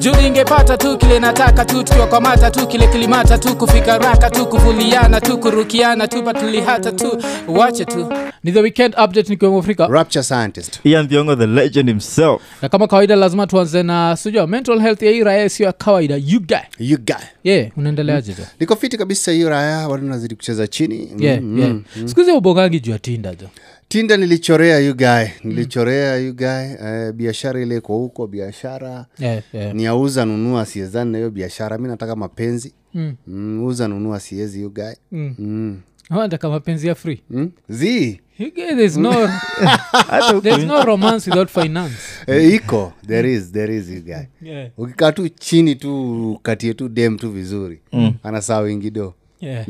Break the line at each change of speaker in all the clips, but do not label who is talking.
juu ningepata tu kile nataka tu tukiwakwamata tu kile kilimata tu kufika raka tu kuvuliana tu kurukiana tu patulihata tu wache tu ni the weekend update nikiwemo afrika
rapture scientist
ian thiongo the legend himself
na kama kawaida lazima tuanze na sijua mental health ya hii raya sio ya kawaida yuga
you guy
ye yeah, unaendeleaje jo
niko fiti kabisa hiyo raya watu nazidi kucheza chini mm,
yeah,
mm.
yeah. siku hizi ubogangi juu ya tinda jo
tinda nilichorea you guy nilichorea you guy eh, biashara ile iko huko biashara
yeah, yeah.
ni auza nunua siezani na hiyo biashara mi nataka mapenzi mm. Mm, uza nunua siezi you guy mm. Mm.
nataka mapenzi ya free
Mm. zi
You get- there's no,
hata huko
there's no romance without finance
eh, iko there is there is you guy
yeah,
ukikaa tu chini tu katie tu dem tu vizuri mm. anasaa wingido
yeah.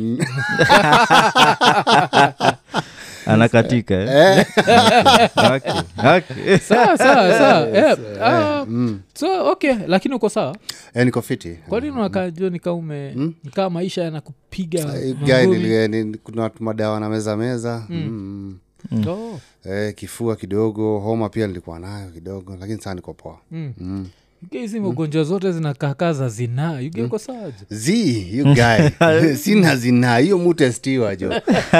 anakatika eh? Haki, haki.
sawa sawa sawa yeah. ah, so okay lakini uko sawa
eh, niko fiti
kwani unakaa jua nikaa ume nikaa maisha yanakupiga
Eh, Mm. guy
mangumi?
nili- ni- kuna madawa na meza meza mm.
Oh.
eh, kifua kidogo homa pia nilikuwa nayo kidogo lakini saa niko poa
Yuge
Mm.
hizi magonjwa zote zinakakaa za zinaa yuge uko saaje
z you guy sina zinaa hiyo mtu estiwa jo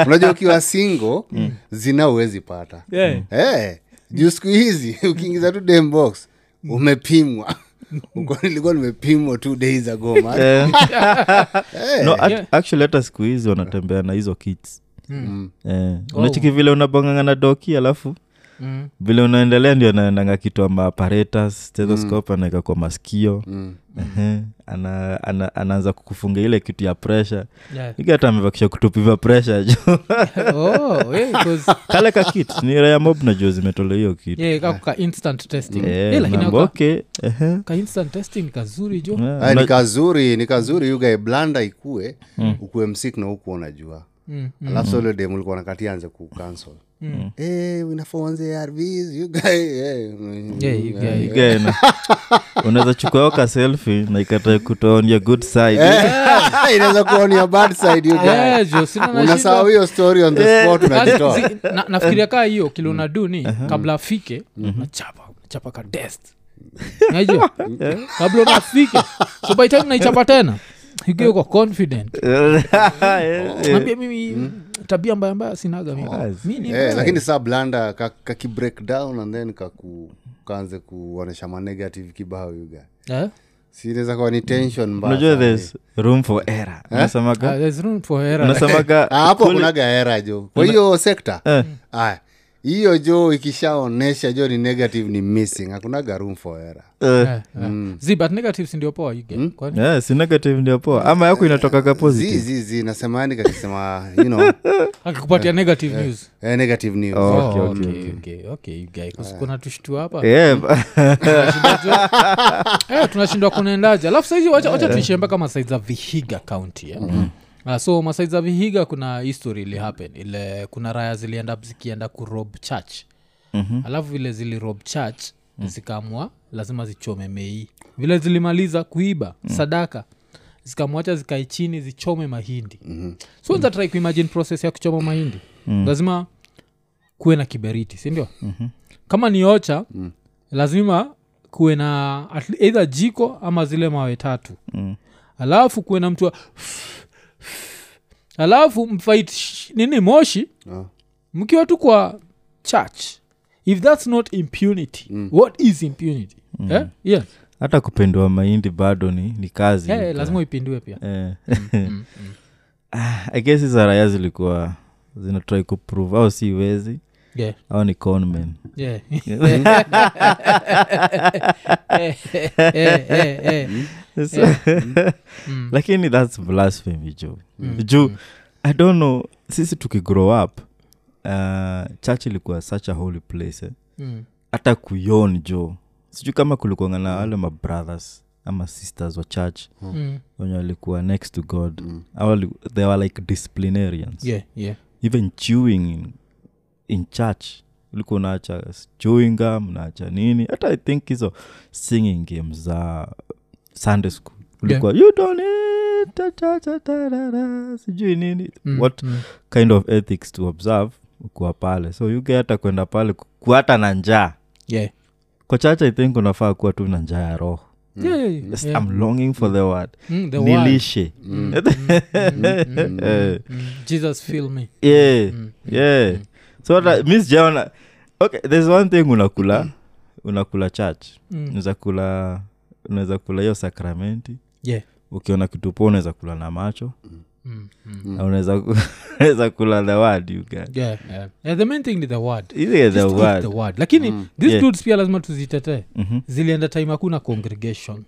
unajua ukiwa singo zina huwezi pata
Yeah.
hey, juu siku hizi ukiingiza tu dembox umepimwa Uko- nilikuwa nimepimwa two days ago man.
Eh,
Eh,
no, act-
Yeah.
actually hata siku hizi wanatembea na hizo kits
Mm.
eh, unachiki vile unabonganga na doki alafu
Mm.
vile unaendelea ndio anaendanga kitu ambaparetas stethoscope anaweka kwa masikio mm. ana, ana, anaanza kukufunga ile kitu ya presha
Yeah.
iki hata amevakisha kutupiva presha jo
Oh, eh, 'cause-
kale ka kit ni raya mob najua zimetola hiyo kitu
yeah, kaa kuka instant testing
Eh,
Eh, lakini
naamba,
waka-
okay, ehe.
ka instant testing kazuri jo
Eh,
Ay,
una- Mm.
ni kazuri ni kazuri ugae blanda ikue ukue msik na huku unajua
Mm,
alafu solo dem ulikuwa nakati anze kucancel
Mm.
Eh, inafaa uanze RVs, you guy, eh, mm,
Yeah, you guy.
you guy na- unaweza chukua ka selfi na ikata kutaonia good side
Eh, inaweza kuwa on your bad side you guy.
Yeah, jo, sina na shida.
unasahau hiyo story on
Eh,
the spot
Kazi-
unajitoa
zi- na- nafikiria kaa hiyo
Mm.
kile unaduni
Uh-huh.
kabla afike
Mm-hmm.
nachapa nachapa ka dest najua kabla unafike so by time naichapa tena ikiwa kwa confident
Eh, Mm.
ambia mimi tabia mbaya mbaya sinaga mimi. Mi ni
Eh,
mbaya.
lakini saa blanda kakibreakdown and then kaku- kaanze kuonyesha manegative kibao yuga
Eh?
sinaweza kuwa ni tension mbaya
unajua
sana.
there's room for error
Ah,
unasemaga
there's room for error.
unasemaga
Ah, hapo
kule- Eh.
kunaga hera jo kwa hiyo sekta aya hiyo jo ikishaonesha jo ni negative ni missing hakunaga room for hera
eh,
Eh, eh. Zi, but negatives ndio poa you get.
Mm.
Kwani?
yeah, si negative ndio poa ama yako inatokaga positive
zizizi nasemani kakisema you know,
akikupatia negative news
eh, negative news
Oh.
Oh,
okay,
okay,
okay,
okay,
Ah.
okay, you guy. 'Cause kuna tushtua hapa
Eh, ba-
Eh, tunashindwa kunaendaje alafu saizi wacha, wacha tuishie mpaka masaid za vihiga kaunti eh? Ah, so masaid za vihiga kuna history ili happen ile kuna raya zilienda zikienda kurob church mm-hmm. alafu vile zilirob church mm. zikaamua lazima zichome mei vile zilimaliza kuiba mm. sadaka zikamwacha zikae chini zichome mahindi mm-hmm. so mm. try kuimagine process ya kuchoma mahindi mm. lazima kuwe na kiberiti sindio mm-hmm. kama ni ocha mm. lazima kuwe na at- either jiko ama zile mawe tatu mm. alafu kuwe na mtu wa alafu mfight sh- nini moshi
Ah.
mkiwa tu kwa church if thats not impunity mm. what is impunity mm. eh? yeah.
hata kupendua mahindi bado ni, ni kazi
eh, lazima uipindue pia
Eh. Ah, I guess hizo raya zilikuwa zinatrai kuprove au si wezi
yeah.
au ni conmen
Yeah. Eh, eh, eh, eh.
So- lakini thats blasphemy juu juu i don't know sisi tukigrow up uh, church ilikuwa such a holy place eh.
Mm.
hata kuyon jo sijuu kama kulikuanga na wale mabrothers ama sisters wa church
Mm.
wenye walikuwa next to god Au wali- they were like disciplinarians
Yeah, yeah.
even chewing in, in church ulikuwa unaacha chewing gum unaacha nini hata i think hizo singing games za sunday school ulikuwa you don't eat, ta, ta, ta, ta, ta, ta," sijui nini
Mm,
what
mm.
kind of ethics to observe ukuwa pale so yuge hata kwenda pale kuata na njaa
Yeah.
kwa chacha i think unafaa kuwa tu na njaa ya roho
Yeah, yeah, yeah.
Yes,
Yeah.
i'm longing for the word
Mm, the word.
nilishe
Mm, jesus fill me Mm,
yeah yeah so what I- miss jaona okay there's one thing unakula unakula church
mm.
unaweza kula unaweza kula hiyo sakramenti
yeah
ukiona kitupo unaweza kula na macho
mm. Mm.
na unaweza ku- unaweza kula the word you get
yeah, yeah. yeah the main thing ni the word
Ile the
Just eat
word
the word lakini mm. these yeah.
Yeah.
dudes pia lazima tuzitetee
Mhm.
zilienda time hakuna congregation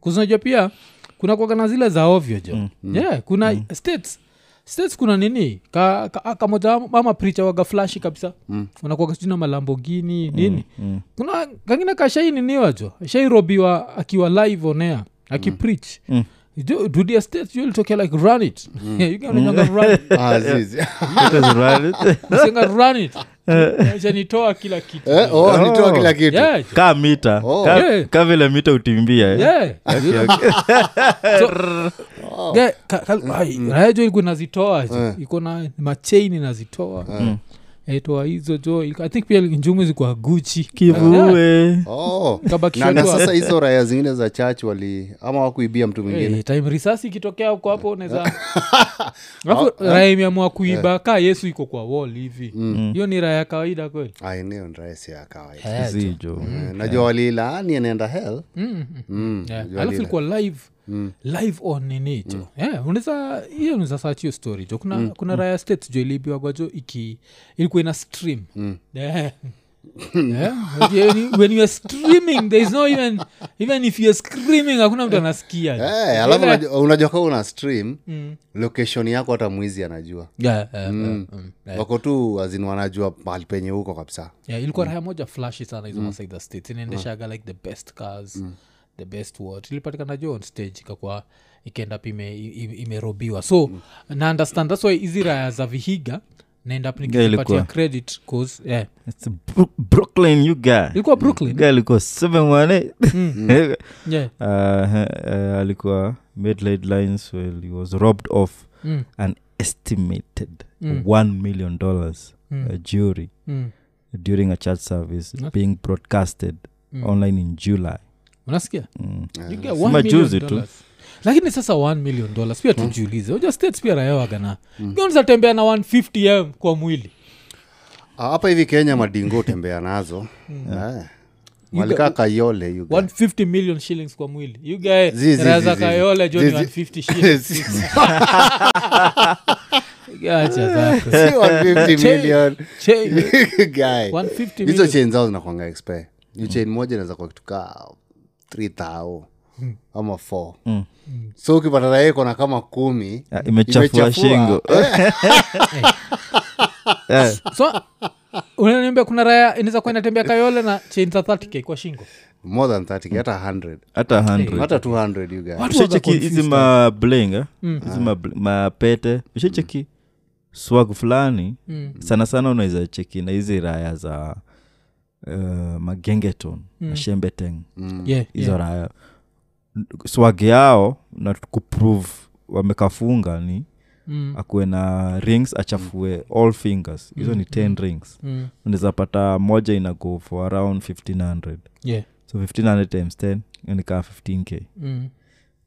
kuzinajua pia kuna kuaga na zile za ovyo jo mm. yeah kuna mm. states states kuna nini kamoja ka, ka kamoja ama pricha waga flashi kabisa mm. unakuaga sijui na malambogini nini mm. kuna kangine kashaininiwajo shairobiwa akiwa live onea akiprich mm. dudia states jo ilitokea like run it you can run it
azizi
Because run it-
Usinga run it Eh. chanitoa kila kitu
Eh, oh, nitoa
Oh.
kila kitu
yeah, jo.
ka mita
Oh.
ka,
Yeah.
ka vile mita utimbia eh?
yeah. Yeah, ka- ka- ai, raya jo ilikuwa inazitoa jo.
Oh. Mm. Eh.
iko na machain inazitoa aitoa hizo jo Ilikuwa- i think pia njungu zikuwa guchi
kivue
Oh.
kabakishwa
na, na sasa hizo raya zingine za church wali ama wakuibia mtu mwingine
Hey, Eh, time risasi ikitokea huko hapo unaweza alafu
Oh, eh.
raya imeamua kuiba kaa yesu iko kwa wall hivi
Mm.
hiyo ni raya ya kawaida kweli
ainio nraisi ya kawaida
Eh, jo.
zijo
Eh, najua walilaani anaenda hell
Mm, mm.
Mm,
Yeah,
najua
alafu
walila-
ilikuwa live
Mm.
live on nini jo yeah, unaweza hiyo unaweza search hiyo story jo kuna,
Mm.
kuna raya state jo iliibiwagwa jo iki ilikuwa ina stream
Mm.
Eh. yeah. yeah. when you- when you are streaming there is no even even if you are screaming hakuna mtu anasikia jo.
Eh, alafu
Ile-
unajua- unajua kaa una stream
Mm.
location yako hata mwizi anajua
Yeah, yeah, yeah, mm,
Eh.
yeah.
wako tu azin wanajua mahali penye huko kabisa
yeah, ilikuwa
Mm.
raya moja flashi sana hizo masaida states inaendeshaga like the best cars
Mm.
the best what ilipatikana jo on stage ikakwa ikaenda pa ime- i- imerobiwa so
Mm.
na understand that's why hizi raya za vihiga naenda nikipatia
ilikuwa.
credit cause yeah.
It's Bro- brooklyn you guy
ilikuwa brooklyn
guy alikuwa 718
Mm. yeah.
uh, eh, alikuwa made late lines well, he was robbed of
Mm,
an estimated
Mm.
1 million dollars
mm,
a jury
mm.
during a church service
Okay.
being broadcasted
Mm.
online in july
unasikia
mm.
You get
Sema
one million
juzi tu. Mm.
dollars. lakini sasa 1 million dollars pia tujiulize uja states pia rayawagana mm. tembea na 150 m kwa mwili
Ah, hapa hivi kenya madingo tembea nazo
Mm.
Eh. walikaa kayole you guys.
150 million shillings kwa mwili you guy
Zi, zi,
raza
zi, zi.
kayole jo ni
Zi, zi.
150 shillings Acha zako.
Si 150 million.
Che-
Guy.
150
hizo
million.
chain zao zinakwanga expe ni chain moja inaweza kwa kitu kaa 3000
Hmm.
ama 4 so ukipata raia iko na kama kumi
Ah, Hmm. imechafua
imechafua.
shingo Eh,
so unaniambia kuna raya inaweza kuwa inatembea kayole na chain za 30k kwa shingo
more than 30 hata 100
hata 100
hata 200 you
Watu
guys.
waga
ushacheki hizi
confused. eh. Mm.
mablenga hizi mabl- mapete ushacheki swag fulani
Mm.
sana sana unaweza cheki na hizi raya za uh, magengeton mashembeteng
Yeah,
Mm. hizo
yeah.
raya swag yao na kuprove wamekafunga ni
Mm,
akuwe na rings achafue all fingers hizo ni 10 rings
mm,
unaweza pata moja ina go for around 1500
yeah,
so 1500 times 10 nikaa 15k
mm,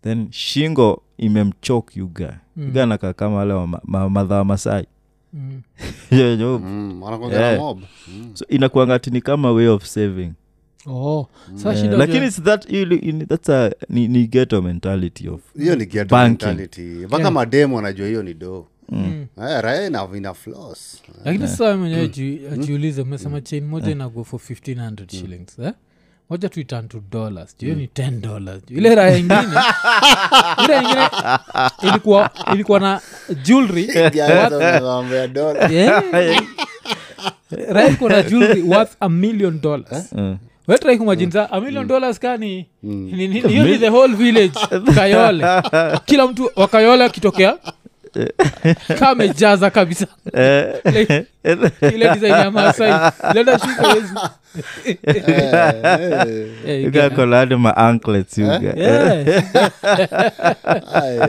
then shingo imemchok yuga mm. yuga nakaa kama wale wa ma- ma- madha wa masai
mm.
Yo, yo.
Mm, wanakuanga na
Eh.
mob.
so inakuanga tini kama way of saving
Oh, sasa
Eh,
shida
lakini
unajua-
it's that ili- ini- that's a ni, ni ghetto mentality of
hiyo ni ghetto
Banking.
mentality. mpaka mademu anajua hiyo ni doo
Mm.
Eh, raia ina ina flaws.
lakini sasa wewe
Mm.
mwenyewe ji- jiulize umesema chain moja inago for 1500
Mm.
shillings eh? moja tuitan to dollars hiyo ni 10 dollars ile raya ingine ile ingine ilikuwa, ilikuwa na jewelry
Guys, wanawaambia dola.
raikona jewelry worth a million dollars
Mm.
wetrai kumajinza a million dollars ka ni ni- ni- hiyo ni the whole village kayole kila mtu wa kayole akitokea kamejaza kabisa
Eh,
Like, ile design ya masai lenda shuka hizi. Eh,
yuga
yeah.
ako na hadi ma anklets yuga
Yeah.
Ay,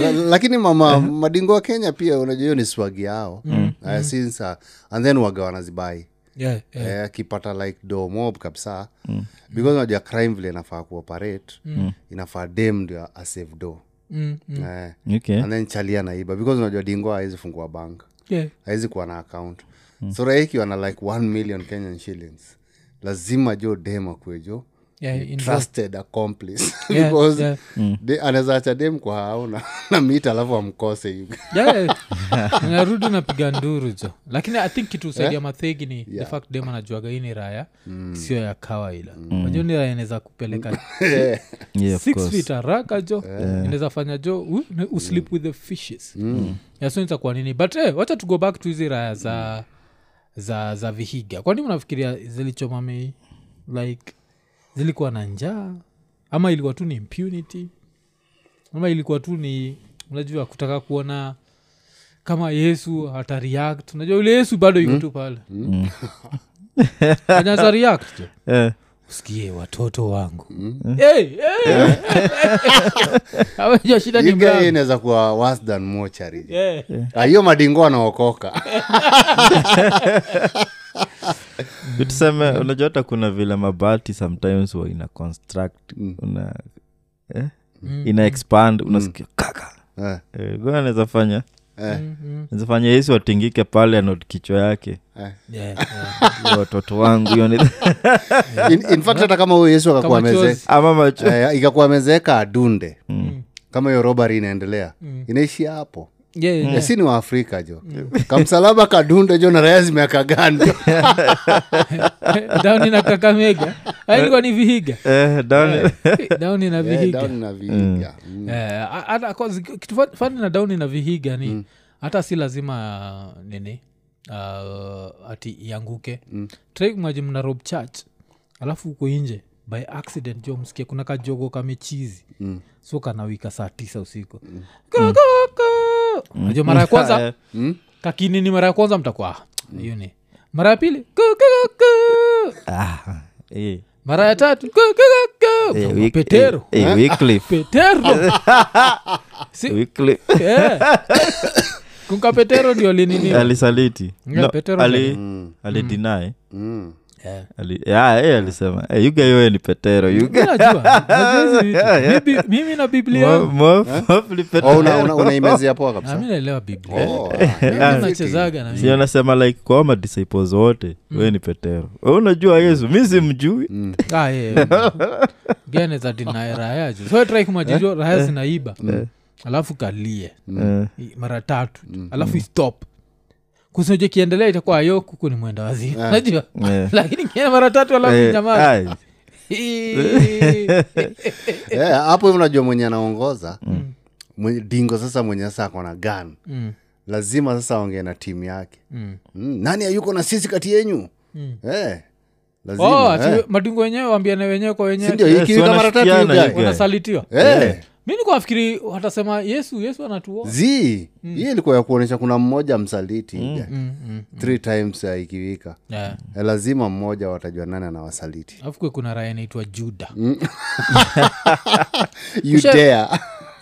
la- lakini mama madingo wa kenya pia unajua hiyo ni swagi yao Eh, since, uh, and then waga wanazibai
yeah, yeah.
Eh, akipata like domob kabisa mm. because unajua crime vile inafaa kuoperate mm. inafaa dem ndio asave do
Mm, mm.
eh,
okay
and then chalia naiba because unajua dingo hawezi fungua bank
Yeah.
hawezi kuwa na account
Hmm.
mm. so raiki wana like 1 million kenyan shillings lazima jo dem akue jo
Yeah, in-
trusted accomplice
Yeah,
because
yeah. Hmm.
de- anaweza acha dem kwa hao na, na mit alafu amkose you
Yeah. narudi napiga nduru jo lakini i think kitu usaidia yeah. mathegi ni Eh? yeah. the fact dem anajuaga hii ni raya mm. sio ya kawaida mm. ajo ni raya inaweza kupeleka
yeah, of
six
course.
feet haraka jo inaweza fanya jo u- ne- uslip with the fishes
Mm.
yaso nitakuwa nini but eh, wacha to go back to hizi raya za za za vihiga kwani unafikiria zilichoma mi like zilikuwa na njaa ama ilikuwa tu ni impunity ama ilikuwa tu ni unajua kutaka kuona kama yesu ata react unajua yule yesu bado
Mm.
yuko tu pale anaweza react jo
Eh,
usikie watoto wangu Hey, hey. Hawajua shida ni mlango.
guy inaweza kuwa worse than mochari
Yeah.
Ah, hiyo madingo anaokoka
tuseme unajua hata kuna vile mabati sometimes wa ina construct una eh?
Mm.
ina expand unasikia kaka
Eh,
Eh, kwa hiyo anaweza fanya
Mm, mm.
anaweza fanya yesu atingike pale anot kichwa yake
eh.
Yeah, yeah.
"Yo, watoto wangu hiyo ni-
In- in fact hata kama huyo yesu akakuwa
Kama
meze-
chozi.
ama macho
eh, ikakuwa amezeeka adunde
Hmm.
kama hiyo robari inaendelea inaishi hapo
Yeah, yeah.
Eh, si ni waafrika jo
Hmm.
kamsalaba kadunde jo na raya zimeaka gani
Down na kakamega Hayo ilikuwa ni vihiga
eh, down-
dauni na vihiga
Eh, down na viiga
Eh, a- hata cause kitu fa- fani na dauni na vihiga ni hata si lazima uh, nini uh, ati ianguke mm. maji mna rob church alafu uko inje by accident jo msikia kuna kajogo kamechizi mm. so kanawika saa tisa usiku mm. Mm. najua mara ya kwanza
Eh,
kakinini mara ya kwanza mtakuwa "Ah, hiyo ni mara ya pili "Ku, ku, ku, ku."
ah, eh,
mara ya tatu "Ku, ku, ku, ku."
eh,
Mtakuwa,
week-
petero
eh, eh, weekly,
petero Si-
weekly.
Eh. kunga petero ndio linini
alisaliti
Yeah,
No,
Petero
ali-
ndio.
alideny.
Mm.
Ali- yeah, eh, alisema "Eh, you guy wewe ni petero you guy."
najua najua hizi vitu. Mimi- mimi na biblia
Mo- mo- mostly
Oh,
petero
una- una- unaimezea poa
Na
kabisa
mimi naelewa biblia
Oh,
Mimi
ah,
nachezaga na
si anasema like kwa hao madisciples wote wewe ni petero Wewe unajua yesu mi simjui
Ah, yeah, yeah. Gani za deny raya ju so try kumajijua raya zinaiba alafu kalie
Eh,
I- mara tatu alafu stop kusinje kiendelea itakuwa yo kuku ni mwenda wazimu najua
eh,
lakini kienda mara tatu alafu
eh,
jamaa
ah,
Eh, hapo hivi unajua mwenye anaongoza mwenye- dingo sasa mwenye sasa akona gan
Mm.
lazima sasa aongee na timu yake
Mm.
mm. nani ayuko na sisi kati yenyu
Mm.
eh, lazima
Oh, ati
eh.
madingo wenyewe wambiane wenyewe kwa wenyewe
sindio
Yes,
ikiwika mara tatu
wanashikiana,
hiyo guy.
you guy.
wanasalitiwa
Eh,
mi nikuwa nafikiri watasema yesu yesu anatuoa
zi hiyo ilikuwa ya kuonyesha kuna mmoja msaliti hiyo guy.
Mm, mm.
three times uh, ikiwika
Yeah.
Eh, lazima mmoja watajua nani anawasaliti
alafu kuwe kuna raya inaitwa juda
Mm.
You dare.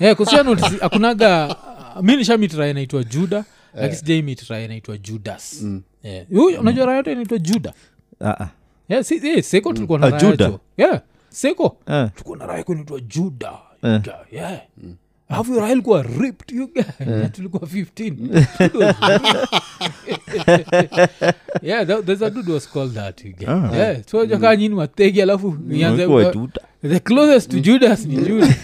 Eh, kusia notisi akunaga uh, mi nishamit raya inaitwa
Eh.
juda lakini sijaimit raya inaitwa judas
Mm.
Eh, huyu- unajua raya yote inaitwa juda
ah,
Eh, si- eh, seko tulikuwa na
Ah,
raya
Juda.
jo. Yeah, seko
ah,
tulikuwa na raya ikuwa inaitwa juda
Eh.
You guy, yeah. alafu hiyo raya ilikuwa ripped you guy.
Eh.
tulikuwa 15 yeah there- there's a dude was called that you guy. yeah so jakaa nyini wategi alafu ianze-
Ah. Mm. Ulikuwa Juda.
the closest to judas ni judas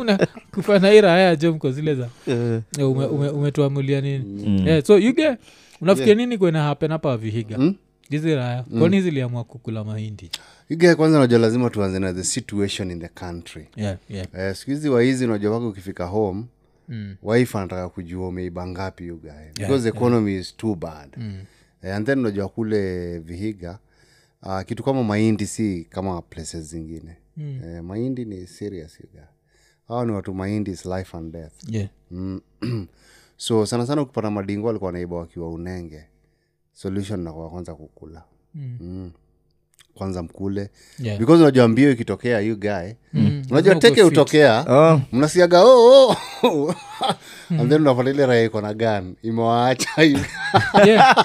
una kufanaira haya jo mko zile za
Eh, Mm.
eh, ume- ume- umetuamulia nini Eh, so yuge unafikia nini kwena hapen hapa vihiga
Hmm?
hizi raya kwani ziliamua kukula mahindi
You guy, kwanza unajua lazima tuanze na the situation in the country
yeah, yeah.
eh, siku hizi waizi unajua wako ukifika home
Mm.
wife anataka kujua umeiba ngapi you guy because economy is too bad
Mm.
eh, and then unajua kule vihiga uh, kitu kama mahindi si kama places zingine mm. eh, mahindi ni serious you guy hawa ni watu mahindi is life and death
Yeah.
Mm. so sana sana ukipata madingo walikuwa naiba wakiwa unenge solution nakuwa kwanza kukula
Mm.
Mm. kwanza mkule
Yeah.
because unajua mbio ikitokea you guy
Mm.
Mm. unajua
Unakuwa
teke
fit.
utokea
oh,
mnasiaga oh, oh. and then unapata ile raha iko na gan imewaacha you-
Yeah.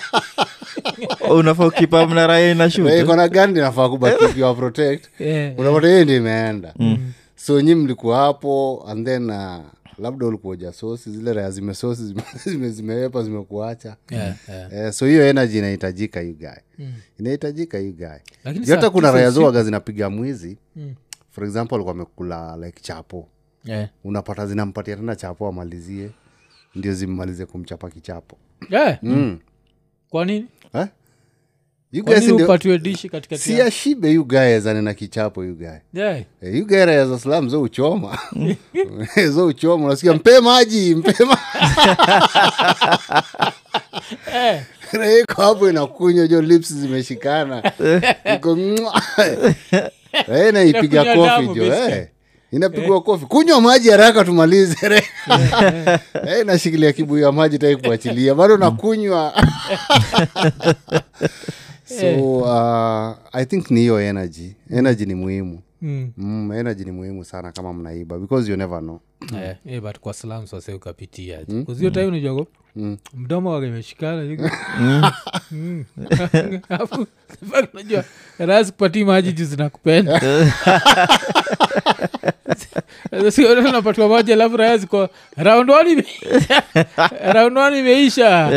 unafaa ukipa mnaraya ina
Na
shute
iko na gandi nafaa kubakikiwa protect
Eh,
unapata hiyo ndio imeenda
Mm.
so nyi mlikuwa hapo and then uh, labda ulikuwa ujasosi zile raya zimesosi zime- zime- zimewepa zimekuacha
eh, eh.
Eh, so hiyo energy inahitajika you guy inahitajika you guy
Mm. Lakini
Juu hata
saa
kuna
tisa
raya
usiku-
zoaga zinapiga mwizi
Mm.
for example alikuwa amekula like chapo
Eh.
unapata zinampatia tena chapo amalizie ndio zimmalize kumchapa kichapo
Eh,
Mm.
kwa nini
eh? you
kwa
guys
nini
ndio
upatiwe dishi katikati
si
ya-
ashibe you guys anena kichapo you guy
Eh,
Eh, you guy raya za slam zo uchoma zo uchoma unasikia mpe maji mpe maji
eh.
Raya iko hapo inakunywa jo lips zimeshikana
Eh.
iko mwa. Raya inaipiga
Inakunywa
kofi
damu, Eh.
jo eh.
basically.
inapigwa kofi kunywa maji haraka tumalize Raya. Raya inashikilia kibuyu ya maji tai kuachilia bado nakunywa so uh, i think ni hiyo energy energy ni muhimu
Mm.
mm, energy ni muhimu sana kama mnaiba because you never know
Eh, eh, but kwa slums wase ukapitia
Mm.
kuzio tai unajago mdomo wake imeshikana yuko- Mm. Alafu, fuck, unajua raha zikupatii maji juu zinakupenda Sasa si wewe unapatiwa maji alafu raha ziko round one ime- round one imeisha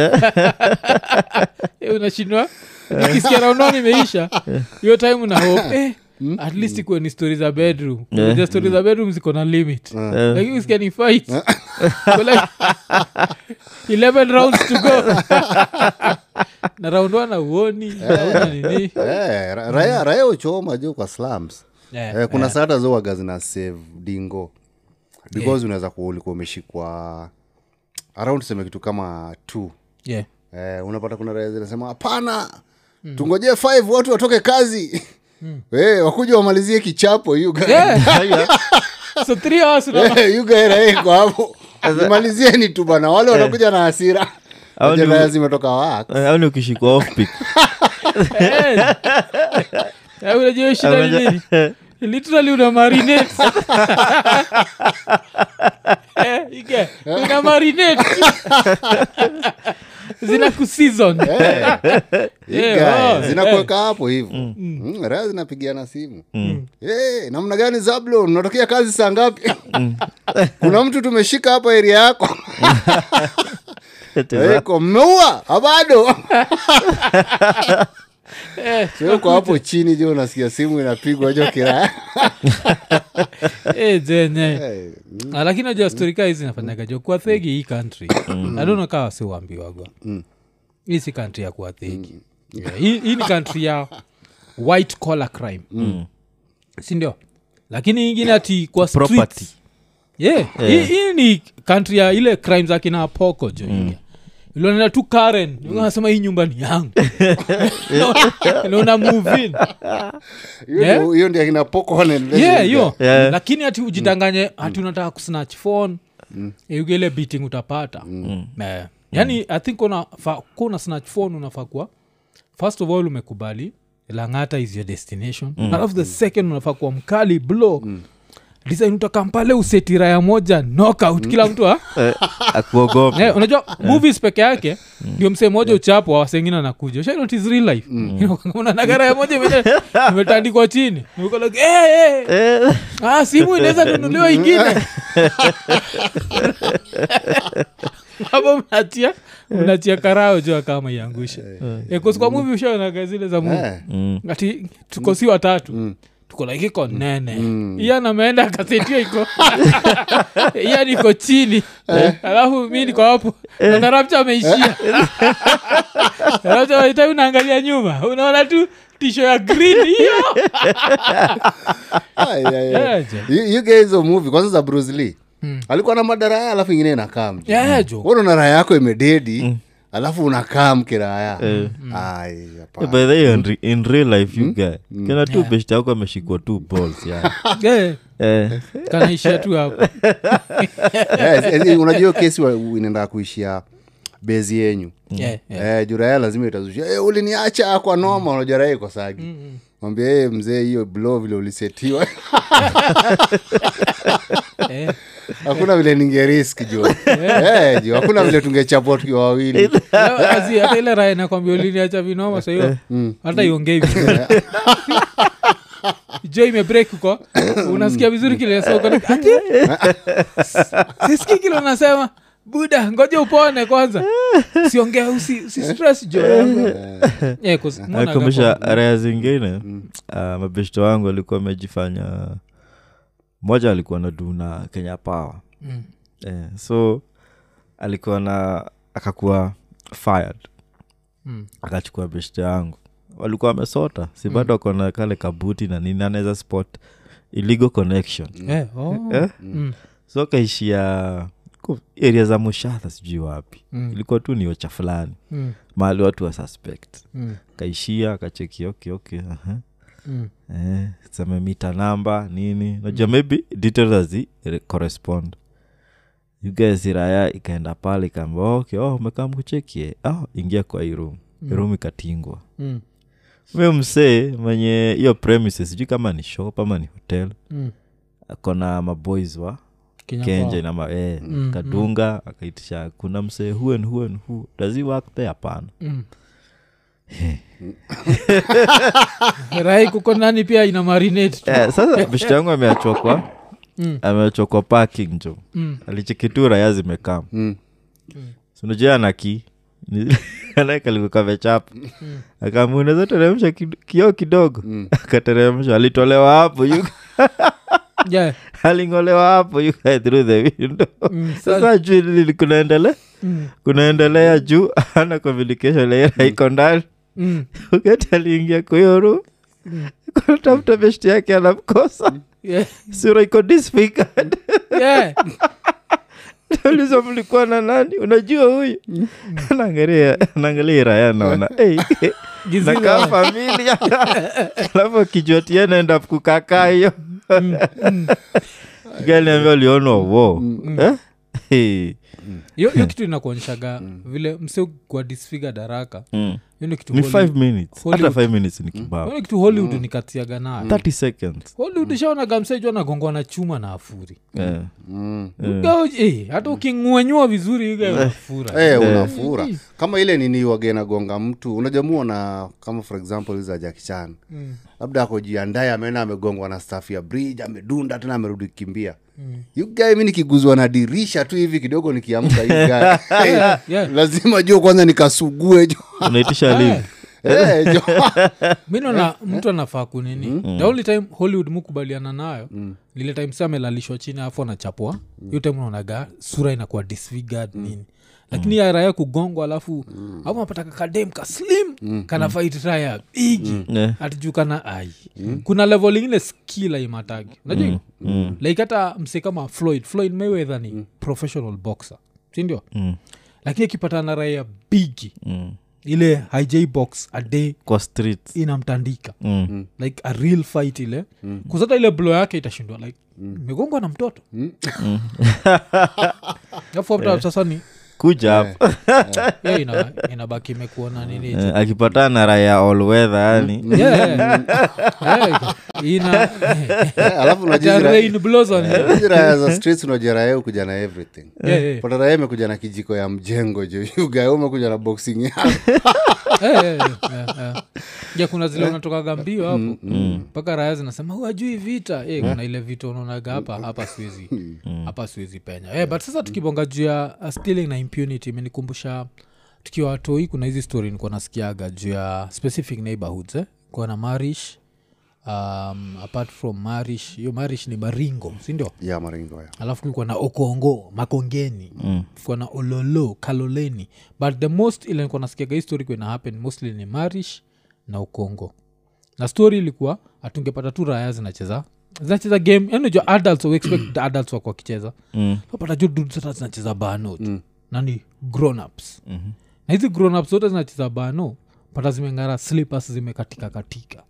Eh, unashindwa nikisikia round one imeisha hiyo time una hope eh, at least ikuwe ni stori za bedroom yeah. stori za bedroom ziko na limit lakini ukisikia ni fight Iko like, 11 rounds to go na round one auoni hauna nini
Eh, ra- raya raya uchoma jo kwa slums
Mm. Eh, Eh.
eh, kuna sata zowaga zina save dingo because unaweza kuwa ulikuwa umeshikwa around tuseme kitu kama t
Yeah.
eh, unapata kuna raya zinasema hapana
Mm.
tungojee five watu watoke kazi Eh, wakuja wamalizie kichapo you guy.
Yeah. so three hours una-
Eh, you guy raya iko hapo malizieni tu bana wale
Eh.
wanakuja na hasira
Au
Aje
ndio-
raya zimetoka wak
au ni Eh, yaani ukishikwa off pick
Eh. Eh, unajua hiyo shida ni nini literally una marinate Eh, Ike, una marinate zina kuseason Eh, oh, eh.
zinakuweka hapo hivo Mm, raya zinapigiana simu
Mm.
Eh, namna gani zablon unatokea kazi saa ngapi
Mm.
kuna mtu tumeshika hapa eria yako Eh, ko mmeua abado
Eh,
siweko hapo chini jo unasikia simu inapigwa jo kiraya
eh, zenye Ah, lakini najua stori kaa hizi nafanyagajo kuathegi hii country adona kaa wasiuambiwagwa hii si country ya kuathegi Yeah, hii hii ni country ya white collar crime sindio lakini ingine ati kwa
Property.
streets. yeah. Hii, hii ni country ya ile crime za kina poko jo ilonena tu karen anasema hii nyumba ni yangu naona muvin Yeah.
hiyo hiyo ndio akina Poco wanaendeleza
Eh? yeah,
hiyo.
hiyo
Yeah.
lakini ati ujitanganye ati unataka kusnatch phone yuga ile beating utapata Eh. yaani i think unafa- kuwa una snatch phone unafaa kuwa first of all umekubali langata is your destination alafu the second unafaa kuwa mkali blow design utakampale usetira ya moja knockout kila mtu ha?
akuogopa
Eh, unajua Mm. movies peke yake ndio msee mmoja uchapo wasengine anakuja shanotis real life unanagaraya moja imene- imetandikwa chini Uko like, eh, eh, ah, simu inaweza nunuliwa ingine hapo mnatia mnatia karao jua kama iangushe Eh, kwa muvi ushaonaga zile za muvi
Eh,
ati tuko si watatu tuko like iko nene iyan ameenda akasetio iko iyan iko chini alafu mi niko hapo narapcha ameishia narapcha unaangalia nyuma unaona tu tisho ya green hiyo
ai, ai, ai.
Aje. Hmm.
You- you guys hizo movie kwanza za bruce lee alikuwa na madaraya alafu ingine inakaa mji
yajo
unaona raya yako imededi alafu unakaa mkiraya ai hapana.
by the way, in re- in real life you guy kena tu beshta yako ameshikwa tu balls ya eh,
kanaishia tu hapo
Yes, yes, yes, eh, unajua hiyo kesi wa- inaenda kuishia bezi yenyu
Yeah, yeah.
Eh, juraya lazima itazusha hey, uliniacha kwa noma unajua raya iko "Eh, sagi mwambia hey, mzee hiyo blo vile ulisetiwa
Eh,
hakuna vile ningerisk juu Eh, juu hakuna vile tungechapua tukiwa wawili
Leo, azi, hata ile raya nakwambia uliniacha vinoma sahiyo hata iongei vizuri. jo imebreak uko unasikia vizuri kile sa uko na- Ati? sisikii kile unasema buda ngoja upone kwanza siongea usi, usi stress jo yangu Eh, 'cause mbona
kumbusha
kama-
raya zingine ah, mabeshto wangu alikuwa amejifanya mmoja alikuwa na duna kenya power
Mm.
eh, so alikuwa na akakuwa fired
Mm.
akachukua beshte yangu walikuwa wamesota si bado wako na kale kabuti na nini anaweza spot illegal connection
Eh, oh.
eh?
Mm.
so akaishia ku- area za mushatha sijui wapi
Mm.
ilikuwa tu ni ocha fulani
Mm.
mahali watu wa suspect
Mm.
kaishia akacheki okay, okay, aha.
Mm.
eh, seme mita namba nini najua maybe details hazi re- correspond you guys iraya ikaenda pale ikaamba okay, oh, umekaa mkuchekie oh, ingia kwa hii room mm. room ikatingwa
Mm.
huyo msee mwenye hiyo premises sijui kama ni shop ama ni hotel
Mm.
akona maboys wa
Kenya
kenja
kwao.
inama eh,
Mm,
kadunga akaitisha kuna msee who and who and who does he work there hapana
Mm. rai kuko nani pia ina marinate tu.
eh, sasa bishta yangu ameachwa kwa
Mm.
ameachwa kwa parking jo
Mm.
alichikitu raya zimekaa
Mm.
sinajua anaki kalikukamechap
Mm.
akamunaweza teremsha kid- kioo kidogo akateremsha alitolewa hapo you-
Yeah.
aling'olewa hapo you guy through the window
Mm,
sasa juu lili- kunaendele
Mm.
kunaendelea juu ana communication layer iko ndani
Mm.
ukati aliingia kuyoru kunatafuta beshti yake anamkosa
Yeah.
sura iko disfigured
Yeah.
ulizo mlikuwa na nani unajua huyu Anaangalia- anaangalia iraya naona "Ei,
Gizi
nakaa
la-
familia alafu akijua tie naenda kukakaa hiyo
Mm.
galiambia ulionwa wo Eh? Hey.
hiyo hiyo kitu inakuonyeshaga vile msio kwa disfiga daraka
Mm.
hiyo ni kitu
ni
Hollywood-
five minutes hata
Hollywood.
five minutes ni
hiyo
kibao
ni kitu hollywood unikatiaga nayo
30 seconds
hollywood ishaonaga msejua nagongwa na chuma na afuri
Eh.
Mm.
Eh.
Ugao- eh, hata ukingwenyua vizuri yuga unafura
Eh, unafura
Mm.
kama ile nini wagenagonga mtu unajamua na kama for example hizi za jakichan
Mm.
labda ako jiandae ameona amegongwa na staff ya bridge amedunda tena amerudi kimbia
Mm.
yugae mi nikiguzwa na dirisha tu hivi kidogo nikiamka yugae
yeah.
lazima jo kwanza nikasugue jo
unaitisha live
Eh, jo.
mi naona mtu anafaa kunini the only time hollywood mukubaliana nayo ni ile time sa amelalishwa chini afu anachapwa hiyo time unaonaga sura inakuwa disfigured nini lakini ya raya kugongwa alafu afu napata kakadem kaslim kana fight raya bigi
Eh.
atijukana ai kuna level ingine skill aimatagi unajua hiyo?
Mm,
like hata mse kama floyd floyd mayweather ni professional boxer sindio
Mm.
lakini akipata na raya bigi
Mm.
ile hij box a day
kwa
Eh.
street
inamtandika
Mm.
like a real fight ile mm. kuzata ile blo yake itashindwa like mm. megongwa na mtoto
Mm.
alafu mm. sasa ni
kuja hapo
yeah, ina, inabaki imekuona nini yeah,
Eh, akipatana na raya all weather
Mm.
yani
yeah. yeah. ina
Eh, alafu
the rain blows on you.
najiraya za streets unajiraye kuja na everything
Yeah, yeah.
potaraye amekuja na kijiko ya mjengo jo yugae umekuja na boxing yako
Eh, eh, eh, eh. ja kuna zile unatokaga mbio hapo mpaka raya zinasema huajui vita Eh, kuna ile vita unaonaga hapa hapa siwezi hapa siwezi penya Eh, but sasa tukibonga juu ya uh, stealing na impunity imenikumbusha tukiwa watoi kuna hizi story nikuwa nasikiaga juu ya specific neighborhoods eh? kuwa na marish um, apart from marish hiyo marish ni maringo sindio
ya maringo ya
alafu kulikuwa na okongo makongeni mm. kulikuwa na ololo kaloleni but the most ile nikuwa nasikiaga hii story kuwa ina happen mostly ni marish na ukongo na story ilikuwa atungepata tu raya zinacheza zinacheza game yani unajua adults we expect the adults wako wakicheza
Mm.
napata juu dudes hata zinacheza bano mm. nani grown ups mm-hmm. na hizi grown ups zote zinacheza bano pata zimengara slippers zimekatika katika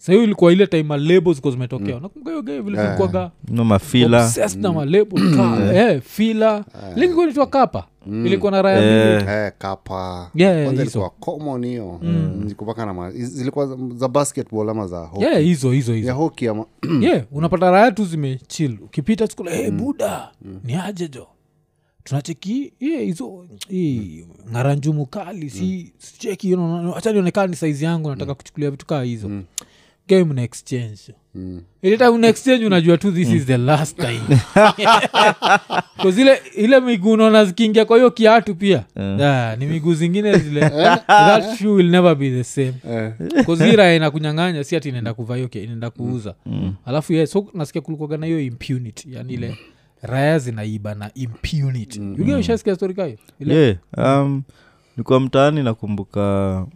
sahiyo ilikuwa ile time malebo ziko zimetokea mm. nakumbuka hiyo game vile tulikuwaga
no mafila
eh, obsessed na malebo ka- eh, fila lingikuwa nitwa kapa ilikuwa na raya mbili
Eh, kapa
Yeah, yeah, hizo. Mm.
Kwanza ilikuwa common hiyo zikupaka na ma- zilikuwa za- za basketball ama za hockey.
yeah, hizo hizo
ya
hizo
hockey ama
yeah, unapata raya tu zimechill ukipita skula hey, buda ni aje jo tunacheki yeah, hizo hii ngaranjumu kali si sicheki hachanionekana ni saizi yangu nataka kuchukulia vitu kaa hizo game na exchange
Mm.
ile time una exchange unajua tu this is the last time Cause ile ile miguu unaona zikiingia kwa hiyo kiatu pia yeah, ni miguu zingine zile that shoe will never be the same
eh,
kozira inakunyanganya si ati inaenda kuvaa hiyo ke- inaenda kuuza alafu ye so nasikia kulikuwaga na hiyo impunity yani ile raya zinaiba na impunity mm. ushasikia stori kayo ile
yeah, um, nikuwa mtaani nakumbuka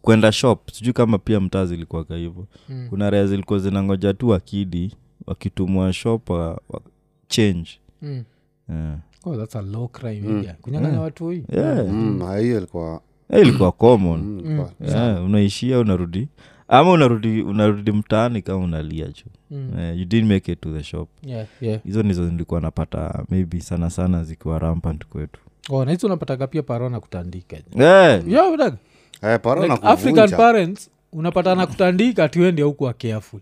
kwenda shop sijui kama pia mtaa zilikuwaga hivo mm. kuna rea zilikuwa zinangoja tu wakidi wakitumwa shop wa, wa change Eh,
Mm.
yeah.
oh, that's a low crime yeah. kunyanganya watu hii
Yeah.
mm, na hiyo ilikuwa
Eh, ilikuwa common
mm, ilikuwa-
yeah, unaishia unarudi ama unarudi unarudi mtaani kama unalia chu
Mm.
Eh, you didn't make it to the shop
yeah, yeah.
hizo ndizo nilikuwa napata maybe sana sana zikiwa rampant kwetu
oh, nahisi unapataga pia parona kutandika
Mm. yeah.
yeah, unaga.
eh, paro na
like african
kuvunja.
parents unapatana kutandika tuende aukuwa careful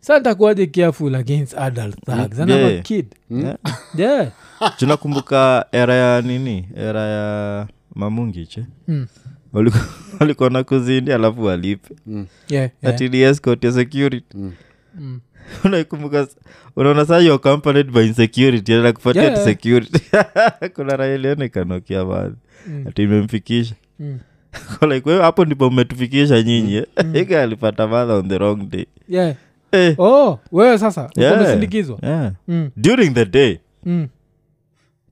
sa ntakuwaje careful against adult thugs and I'm a
Yeah.
kid
Yeah.
yeah
tunakumbuka era ya nini era ya mamungiche
Mm.
Waliku- walikuwa na kuzindi alafu walipe
yeah, yeah. Mm,
atini escort ya security unaikumbuka s- unaona saa you are accompanied by insecurity anakupatia
Yeah.
yeah. security kuna raelione kanokia baadhi
Mm.
ati imemfikisha
Mm.
like wewe hapo ndipo umetufikisha nyinyi eh? Ika alipata madha on the wrong day
yeah.
Eh,
oh wewe sasa ulikuwa
yeah,
umesindikizwa
yeah.
Mm,
during the day
mm,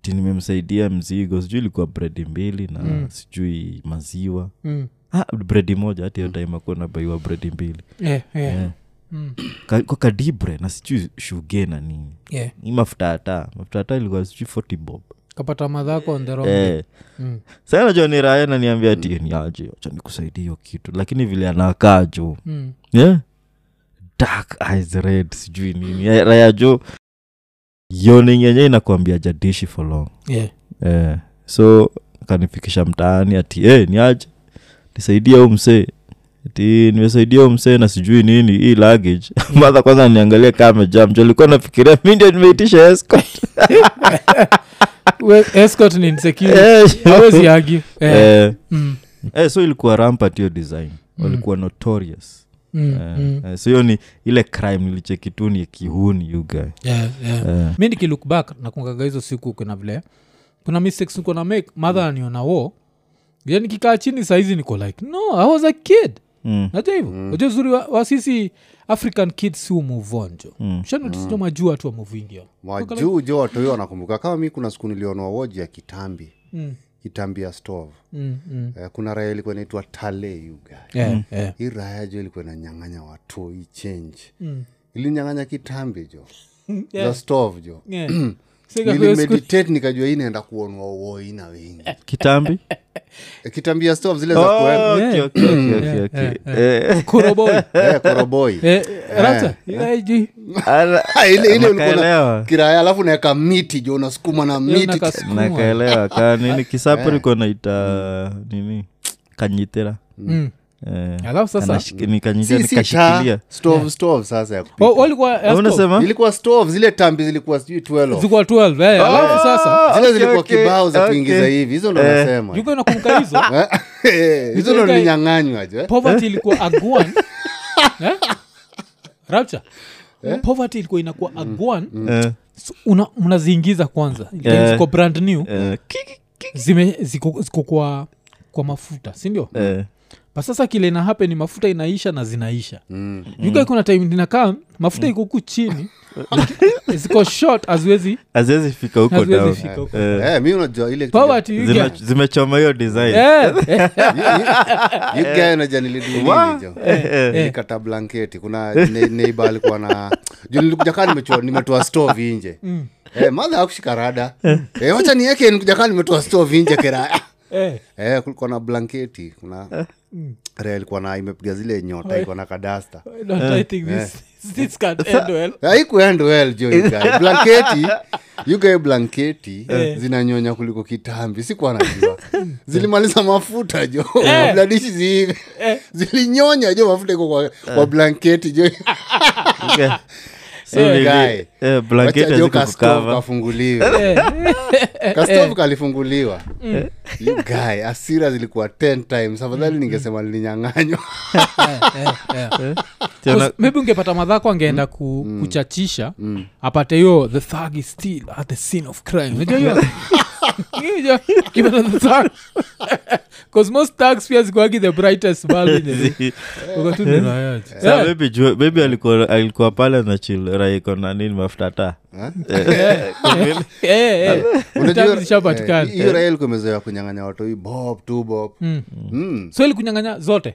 ti nimemsaidia mzigo sijui ilikuwa bredi mbili na
Mm.
sijui maziwa
mm.
ah, bredi moja hati hiyo time akuwa nabaiwa bredi mbili
Yeah, yeah.
Yeah.
Mm,
Ka- kwa kadibre na sijui shuge na nini
yeah.
ni mafuta ata mafuta ata ilikuwa sijui 40 bob
kapata madhako on the wrong day.
eh.
Mm.
saa najua ni raya naniambia ti ni aje acha nikusaidia hiyo kitu lakini vile anakaa jo
Mm.
yeah? dark eyes red sijui nini Eh, raya jo yoning yenyewe inakuambia jadishi for long
Yeah.
eh, so akanifikisha mtaani ati "Eh, hey, niaje nisaidia huu msee ti nimesaidia huu msee na sijui nini hii luggage madha kwanza niangalie kaa amejam jo alikuwa nafikiria mi ndio nimeitisha escort
We- escort ni insecure
Eh, jo.
hawezi argue. Eh,
Eh,
mm,
eh, so ilikuwa rampant hiyo design walikuwa notorious
mm,
Eh,
mm.
eh, so hiyo ni ile crime nilicheki tu ni kihuni you guy
Yeah, yeah.
Eh.
mi nikilook back nakungaga hizo siku kuna vile kuna mistakes niko na make madha
Mm.
aniona wo ye Yaani nikikaa chini saizi niko like no i was a kid
Mm,
najua hivo mm. najua uzuri wa, wa sisi african kids si umove on jo
mm.
shanotisjo majuu watu wamovingio
wajuu jo watu hiyo wanakumbuka kama mi kuna siku nilionwa woji ya kitambi
mm,
kitambi ya stove
mm, mm.
eh, kuna raya ilikuwa inaitwa tale yuga
yeah,
Mm.
yeah.
hii raya jo ilikuwa inanyang'anya watu hii change
Mm.
ilinyang'anya kitambi jo
Yeah.
za stove jo
Yeah. Sika kwa hiyo siku-
nilimeditate nikajua hii naenda kuonwa uoi na wengi
kitambi
Eh, kitambi ya stove zile za
Oh,
kuweka
okay, okay, okay, okay, okay. Eh,
Koroboi.
Eh, koroboi
Eh, Raptor, yaiji.
ala-
Ah, ile ile ulikuwa na
Nakaelewa.
kiraya alafu naweka miti jo unasukuma na miti
unaka- Sukuma.
nakaelewa ka nini kisapari iko naita nini kanyitira
Mm.
Eh,
Alafu sasa
kanashik- ni kanyitira,
si si
nikashikilia
ta stove stove sasa ya kupika.
wa- walikuwa
Na
escort.
unasema
ilikuwa stove zile tambi zilikuwa sijui 12
oh. zilikuwa 12 eh, alafu sasa
Ah,
zile
okay,
zilikuwa
okay,
kibao za
okay. Eh.
kuingiza hivi hizo ndo nasema
juko nakumbuka hizo
Eh, hizo ndo
Zilikuwa-
ninyang'anywa jo eh.
poverty ilikuwa agwan Eh? Rapture, poverty ilikuwa inakuwa agwan
Eh,
so una- mnaziingiza kwanza Ile
Eh.
ziko brand new
eh, kiki,
zime- ziko ziko kwa kwa mafuta sindio
eh,
pa sasa kile ina happen ni mafuta inaisha na zinaisha
Mm.
yuka kuna time ninakaa mafuta
Mm.
iko huku chini ziko short haziwezi
haziwezi fika huko
Haziwezi
down.
fika
Eh,
huko.
eh,
Eh, mi unajua ile
poverty you
zime-
get-
zimechoma hiyo design
Eh, eh,
ikata blanketi kuna neiba alikuwa na juu nilikujakaa nimechua- nimetoa stove nje Eh, madha akushika rada Eh, wacha nieke nikujakaa nimetoa stove nje kiraya
eh.
Eh, kulikuwa na blanketi kuna Rhea ilikuwa na imepiga zile nyota ilikuwa na kadasta
I
Eh.
don't- I think this- this can't end well.
haikuend well jo you guys. blanketi yugae blanketi
Eh.
zinanyonya kuliko kitambi sikuwa najua zilimaliza mafuta jo
Eh.
bladishi ziive zilinyonya jo mafuta iko kwa, kwa
Eh.
blanketi jo
So nili-
guy.
eh, blanketi
Wacha jo
haziko
kastov
kukava.
Eh.
kafunguliwa kastov kalifunguliwa
Mm.
Eh.
you guy asira zilikuwa 10 times
Mm.
afadhali ningesema lilinyang'anywa
Tena-
maybe ungepata madhako angeenda ku,
Mm.
kuchachisha apate hiyo the thug is still at the scene of crime unajua hiyo Unajua, kipata the thug. 'Cause most thugs pia zikuwagi the brightest bulb in the room. Uko tu ni riot.
Sa
Eh,
maybe juu- maybe alikuwa alikuwa pale na chilraiko na nini mafuta taa
eh, eh.
Unajua-
Thugs zishapatikana.
eh, hiyo raia ilikuwa imezoea kunyang'anya watu hii bob tu bob Mm.
so ilikunyanganya zote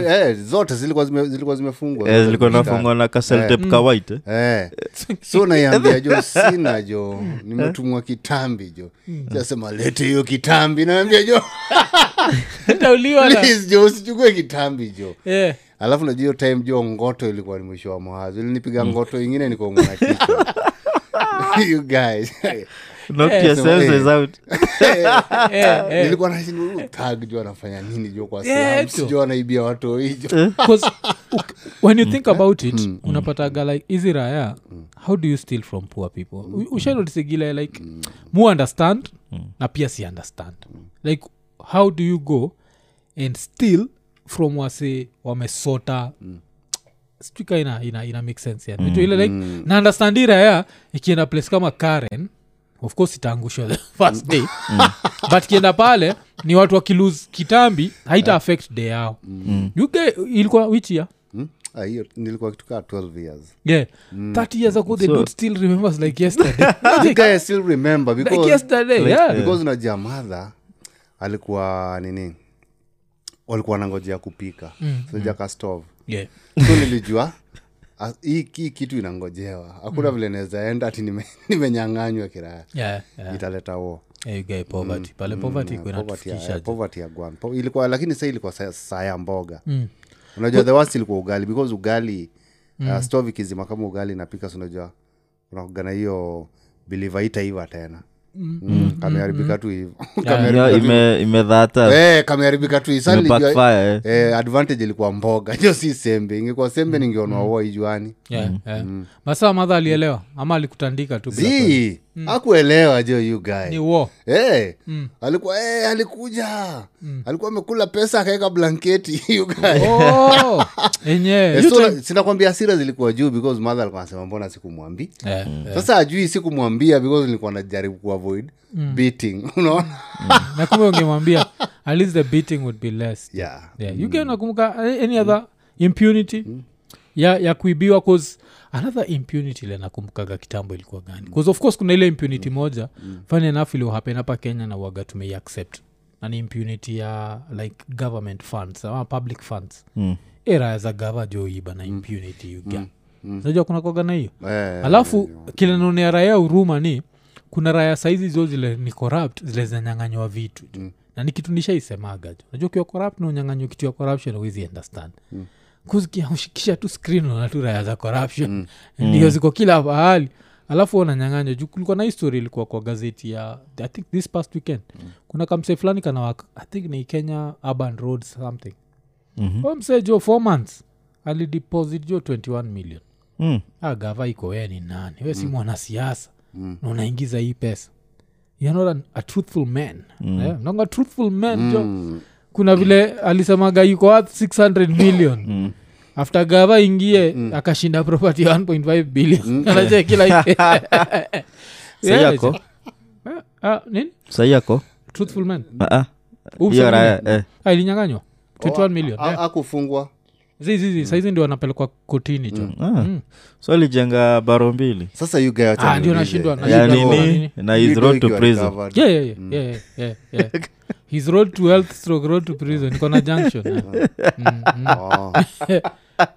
12.
eh, zote zilikuwa zime- zilikuwa zimefungwa
Eh, zilikuwa nafungwa na kaseltep kawaite
Eh. so naiambia jo sina jo nimetumwa kitambi jo
Hmm.
jasema lete hiyo kitambi naambia jo
Utauliwa na-
please jo usichukue kitambi jo
Eh.
alafu najua hiyo time jo ngoto ilikuwa ni mwisho wa mawazo ilinipiga
Hmm.
ngoto ingine niko mwana kichwa you guys
knock
Eh,
yourselves
so-
out
Eh, eh.
nilikuwa nashindutag jo anafanya nini jo kwa
Yeah,
slums
tu.
jo anaibia watu
Eh.
hijo
'Cause uk- when you think about it unapataga like hizi raya how do you steal from poor people U- ushanotisigile like mu understand na pia si understand like how do you go and steal from wase wamesota sika ina, ina, ina make sense yani mm. ile like na understand hii raya ikienda place kama karen of course itaangushwa the first day but kienda pale ni watu wakiluse kitambi haita affect day yao mm. ilikuwa which year
Ah, hiyo nilikuwa kitukaa 12 years
yeah 30 years ago they
So-
Mm. so, dude still remembers like yesterday
you guys still remember
like
because
yesterday yeah
because unajua madha alikuwa nini walikuwa nangojea kupika mm. sojaka stove
yeah
so nilijua as- hii hii kitu inangojewa
Mm.
hakuna vile nawezaenda ati nime- nimenyang'anywa kiraya
yeah, yeah.
italeta wo
yeah you get poverty pale poverty mm,
Poverty ya-
kunatufikisha
poverty ya Gwan. Po- ilikuwa lakini saa ilikuwa saa saa ya mboga mm. unajua the worst ilikuwa ugali because ugali mm. uh, stove ikizima kama ugali napika unajua unakugana hiyo biliva itaiva tena mm. kameharibika tu hivo
Yeah,
Kameharibika tu
ime- imedhata
Eh, kameharibika tu Sasa nilijua-
imebackfire, eh.
eh, advantage ilikuwa mboga jo si sembe ingekuwa sembe ningeonwa huo ijuani
yeah, yeah. masaa madha alielewa ama alikutandika tu bila-
zii akuelewa jo you guy
ni war
Eh,
Mm.
alikuwa eh, alikuja alikuwa amekula pesa akaweka blanketi you guy.
oh enyewe
Eh,
You
so
think-
na- sinakwambia asira zilikuwa juu because mother alikuwa anasema mbona sikumwambi
Eh, eh.
sasa ajui sikumwambia because nilikuwa najaribu kuavoid
Mm.
beating unaona
na kumbe ungemwambia at least the beating would be less
yeah.
yeah. you can nakumbuka uh, any other impunity ya, ya kuibiwa cause another impunity ile nakumbukaga kitambo ilikuwa gani bcause of course kuna ile impunity moja funny enough iliohapen hapa kenya na waga tumeiaccept na ni impunity ya like government funds ama public funds
Hmm.
mm. era za gava joiba na impunity uga unajua kuna kwaga na hiyo
Eh,
alafu kile naonea raya huruma ni kuna raya saizi zo zile ni corrupt zile zinanyanganywa vitu mm. na ni kitu nishaisemaga tu. unajua ukiwa corrupt na unyanganywa kitu ya corruption uwezi understand mm. kuzikiaushikisha tu screen unaona tu raya za corruption mm. ndio ziko kila pahali alafu wananyanganywa juu kulikuwa na history ilikuwa kwa gazeti ya i think this past weekend mm. kuna kamse fulani kanawaka i think ni kenya urban road something mm-hmm. msee jo four months alideposit jo 21 million
Mm.
Ah, gava iko wee ni nani we si mwanasiasa
Mm.
na unaingiza hii pesa You're not an- a truthful man
Mm.
Eh, unakuwa truthful man
Mm.
jo kuna vile alisemaga yuko worth 600 million
Mm.
after gava ingie akashinda property 1.5 billion anachea kila
Sai
Yeah,
Mm. yako?
eh, ah, nini
Sai yako
truthful man
Ah, ah.
Huu
hiyo ah,
msanii
raya eh.
Ah, ilinyanganywa 21 million Eh,
A-
yeah.
akufungwa
Mm.
zizizi saizi ndio wanapelekwa kotini jo
Ah. so alijenga baro mbili
sasa you guy wacha
Ah, ndio
niulize.
nashindwa- nashindwa
ya
Alijenga
nini
nini?
na his
Video
road to
ikiwa
prison
recovered.
yeah, yeah, yeah, yeah, yeah, yeah, yeah. his road to health stroke road to prison iko na junction eh. Mm, mm.
Oh.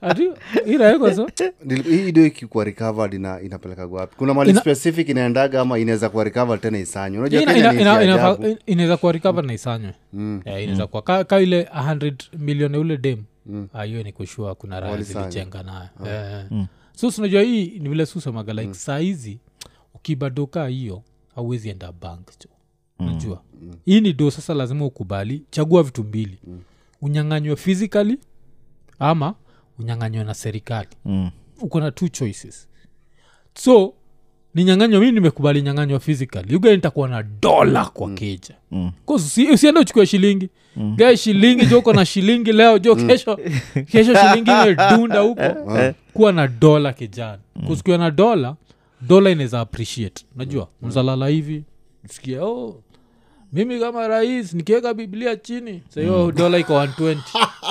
Ati, iraekwa so
Nili- hii ido ikikuwa recovered ina, inapelekagwa wapi kuna mali
Ina-
specific inaendaga ama inaweza kuwa recovered tena isanywe unajua
Ina-
Kenya
ina-
ni
ina-
nchi ya
ina-
ajabu. Mm.
inaweza kuwa recover na isanywe yeah, inaweza kuwa ka, ka ile 100 milioni ule dem
Mm.
ah, hiyo ni kushua kuna raha
Walisanya. Mm.
zilijenga nayo Eh, eh. so sinajua hii ni vile susemaga like saa hizi ukibadoka hiyo hauwezi enda bank cho najua mm. hii ni do sasa lazima ukubali chagua vitu mbili mm. unyanganywe physically ama unyanganywe na serikali
mm.
uko na two choices so ninyanganywa mi nimekubali nyanganywa physical uga nitakuwa na dola kwa keja
Mm.
Cause usi- usiende uchukue shilingi mm. gae shilingi jo uko na shilingi leo jo
Mm.
kesho kesho shilingi imedunda
Eh,
huko kuwa na dola kijana
Mm.
kusikiwa na dola dola inaweza appreciate unajua
Mm.
mzalala hivi sikie oh mimi kama rais nikiweka biblia chini sahiyo
Mm.
dola iko 120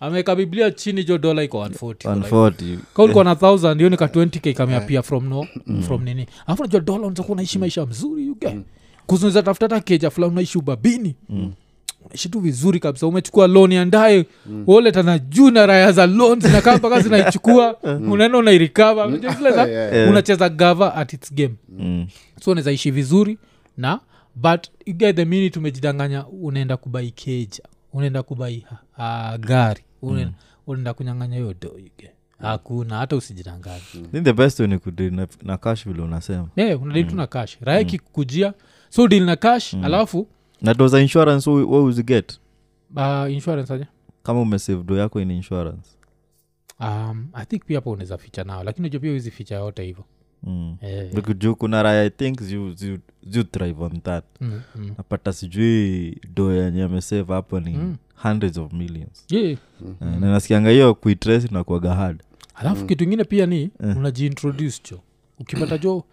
ameweka biblia chini jo dola iko 140
140
kaulikuwa na 1000 hiyo nika 20k kamea pia from no from nini alafu najua dola unaweza kuwa unaishi maisha mzuri uga kuzunaweza tafuta hata keja fulani unaishi ubabini unaishi tu vizuri kabisa umechukua loan yandaye woleta na juu na raya za loan zinakaa mpaka zinaichukua unaenda unairikava Unajua zile za-
Yeah.
unacheza gava at its game
Mm.
so unaweza ishi vizuri na but you get the minute tumejidanganya unaenda kubai keja unaenda kubai uh, gari unaenda, unaenda kunyanganya hiyo doige hakuna hata usijidanganye
Then the best ni kudili na, na cash vile unasema
yeah, Eh, unadili tu na kash raya kikujia so deal na kash alafu
na do za insurance we uziget
uh, insurance aja
kama umesave do yako in insurance
um, i think pia hapo unaweza ficha nao lakini unajua pia wizi ficha yote hivyo
mm.
Eh,
Like juu kuna raya i think you, you, you thrive on that
mm, mm.
napata sijui do yenye amesave hapo ni
Mm.
hundreds of millions
yeah.
Mm-hmm.
Eh, na nasikianga hiyo kuitrace nakuaga hard
alafu
Mm.
kitu ingine pia ni
Eh.
unajiintroduce jo ukipata jo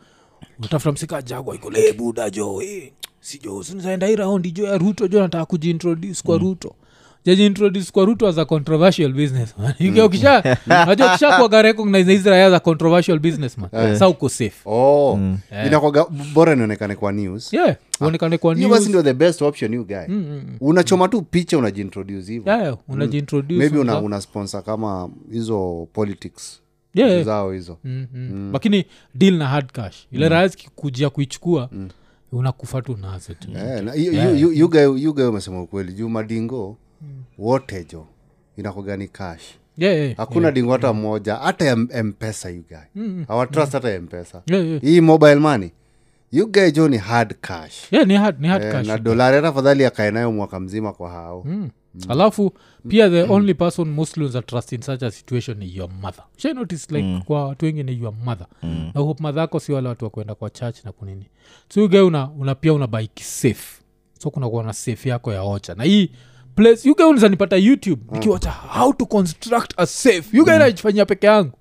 unatafuta msika jagwa iko le buda jo eh, si jo sinizaenda hii raundi jo ya ruto jo nataka kujiintroduce
Mm.
kwa ruto jajiintroduce kwa ruto as a controversial businessman
Mm.
Uki- ukisha najua ukisha kuwaga recognize hizi raya za controversial businessman
Eh.
sa uko safe
oh inakwaga bora nionekane kwa news
Eh. yeah uonekane kwa
Ah. hiyo basi
news Mm,
ndio the best option you guy unachoma tu picha unajiintroduce hivo
yeah, yeah, unajiintroduce
maybe una,
unaza-
una sponsor kama hizo politics
Yeah, yeah.
zao hizo
Mm, mm. lakini deal na hard cash
Mm.
ile raya zikikujia kuichukua unakufa tu nazo tu
Eh, na- yu- yu- yu- you guy- you guy umesema ukweli juu madingo
Mm.
wote jo inakuga ni cash
yeah, yeah. Mm.
hakuna dingo hata moja hata ya M- mpesa yugae awatrust hata ya mpesa
Yeah, yeah.
hii mobile money yugae jo ni hard cash
yeah, ni hard, ni hard
Eh,
cash.
na dolari hata fadhali akae nayo mwaka mzima kwa hao
Mm. alafu pia
Mm.
the only person muslims are trust in such a situation ni your mother Shai notice like kwa watu wengi ni your mother na hope mother yako si wale watu wa kwenda kwa church na kunini so ugae una, una pia una bike safe so kunakuwa na safe yako ya ocha na hii place ugae unaweza nipata youtube
Ah.
nikiwacha how to construct a safe ugae najifanyia peke yangu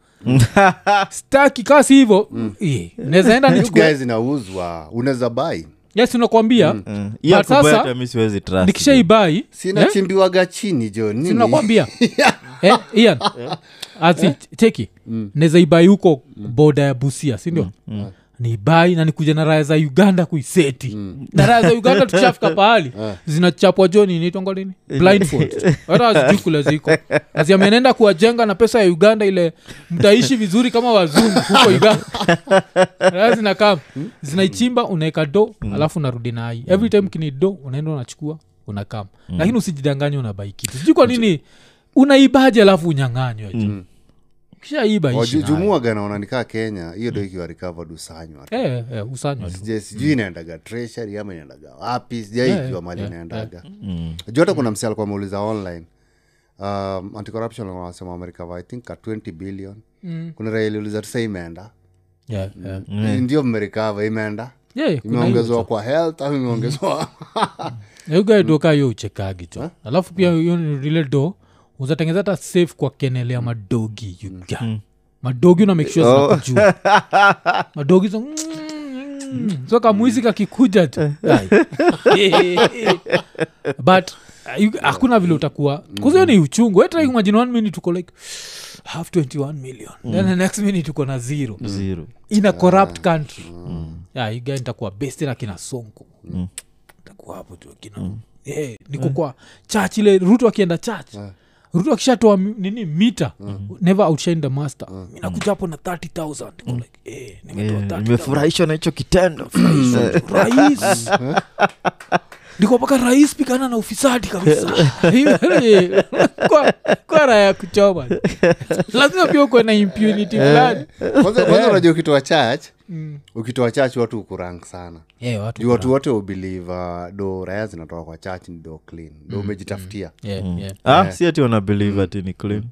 staki kasi hivo Eh, naweza enda
Mm. you
nichukue
guys inauzwa unaweza bai
yes unakwambia
Mm.
Eh, hiyo
But sasa,
kubaya hata mi siwezi trust.
nikishaibai eh,
sinachimbiwaga chini jo nini?
sinakwambia eh, ian azi cheki nezaibai huko boda ya busia sindio nibai na nikuja na raya za uganda kuiseti na raya za uganda tukishafika pahali zinachapwa joni nitongo nini blindfold hata azijui kule ziko aziamenenda kuwajenga na pesa ya uganda ile mtaishi vizuri kama wazungu huko uganda raya zinakaa zinaichimba unaeka do alafu unarudi nai every time kini do unaenda unachukua unakam lakini usijidanganye unabai kitu sijui kwa nini unaibaje alafu unyanganywe ju kishaiba
Waju-
ishi nayo.
jumuaga naona nikaa kenya hiyo do ikiwa recovered usanywa tu.
Eh, eh, usanywa tu
Sija- sijui inaendaga treasury ama inaendaga wapi sijaikiwa
Yeah,
mali
yeah,
inaendaga juu hata kuna msi alikuwa ameuliza online um, anticorruption wanasema wamerikava i think ka 20 billion kuna raia iliuliza tusa imeenda
Yeah, yeah.
ndio mmerikava imeenda
Yeah, kuna hiyo
imeongezwa kwa health au imeongezwa
ugaedoka hiyo uchekagi cho alafu pia hiyo ni lile do uzatengeza hata safe kwa kenele ya madogi yuga madogi una make sure zinakujua madogi zo mm, so kamwizi kakikuja tu Ai. but uh, you- hakuna vile utakuwa kuziyo ni uchungu etraimajini one minute uko like half 21 million then the next minute uko na zero
Zero.
in a corrupt country yeah, you guys nitakuwa best na kina sonko nitakuwa hapo tu kina Mm. Eh, niko kwa church ile ruto akienda church ruto akishatoa mi- nini mita never outshine the master mi nakuja hapo na 30000 Niko like, Mm. eh, nimetoa 30,000.
Eh,
Mm. Eh?
nimefurahishwa na hicho kitendo
Rais. ndiko mpaka rais pikana na ufisadi kabisa Hiyo ni- kwa, kwa raha ya kuchoma lazima pia ukuwe na impunity fulani
kwanza
Eh.
kwanza unajua ukitoa church
Mm.
ukitoa church watu ukurank sana
yeah, watu
juu watu wote ubiliva do raya zinatoka kwa church ni do clean do
Mm.
umejitafutia
yeah, yeah. Mm.
ah, si ati wana believe ati ni clean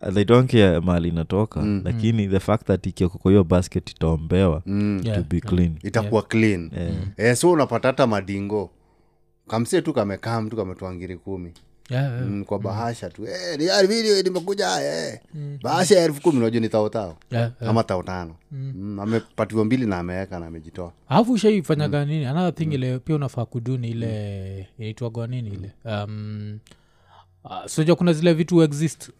Uh, they don't care mali inatoka
Mm.
lakini the fact that ikiwekwa kwa hiyo basket itaombewa
Yeah.
to be clean
Mm. itakuwa clean eh, so unapata hata madingo kamsie tu kamekaa mtu kametoa ngiri kumi
Yeah, yeah.
mm, kwa bahasha tu eh, "Liari video nimekuja eh. bahasha ya elfu kumi unajua ni taotao
Mm. Yeah, yeah.
ama tao tano mm, amepatiwa mbili na ameweka na amejitoa
alafu ushaifanyaga nini another thing ile pia unafaa kuduni ile inaitwagwa nini ile um, uh, sinajua kuna zile vitu exist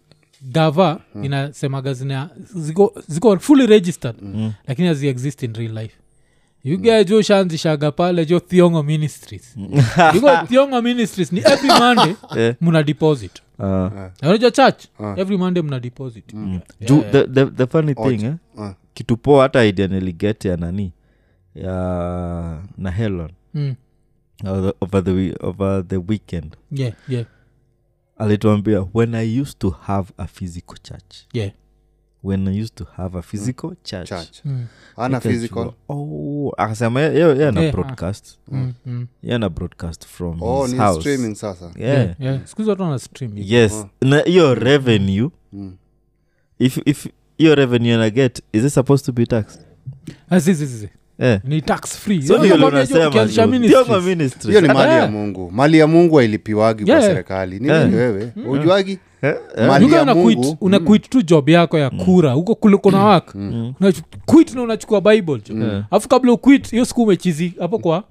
gava inasemaga zina ziko, ziko fully registered
Mm.
lakini hazi exist in real life yuga jo ushaanzishaga pale jo thiongo ministries
Mm.
iko thiongo ministries ni every monday mna deposit
Ah.
unajua church every monday mna deposit
Ju- Mm. the, the, the funny thing eh?
Ah,
kitu poa hata idea niligeti ya nani ya na helon
Mm.
over, over, the, wee- over the weekend
yeah, yeah,
alituambia when i used to have a physical church
yeah.
when i used to have a physical church,
church
Mm.
ana
Nikajua,
physical
oh, akasema ye- ye- ye ana
Yeah.
broadcast
Mm, mm.
ye ana broadcast from
oh,
his
ni
house
streaming sasa
Yeah.
Yeah. Siku hizi watu wana stream hivi.
yes na hiyo revenue
Mm.
if if hiyo revenue anaget is it supposed to be taxed
Ah, zi, zi, zi, zi.
yeah.
ni tax free
so
Unaweza
ndio
kuambia hiyo ukianzisha ministries.
unasema
hiyo ni
ministry Eh?
mali ya
Ah, Yeah.
mungu mali ya mungu ailipiwagi kwa
Yeah. Mm.
serikali ni
Yeah.
nini wewe ujuagi mali
Eh?
Unajua
ya
una
mungu
quit- una quit tu job yako ya kura huko kule kuna wak quit na unachukua bible jo alafu kabla uquit hiyo siku umechizi hapo kwa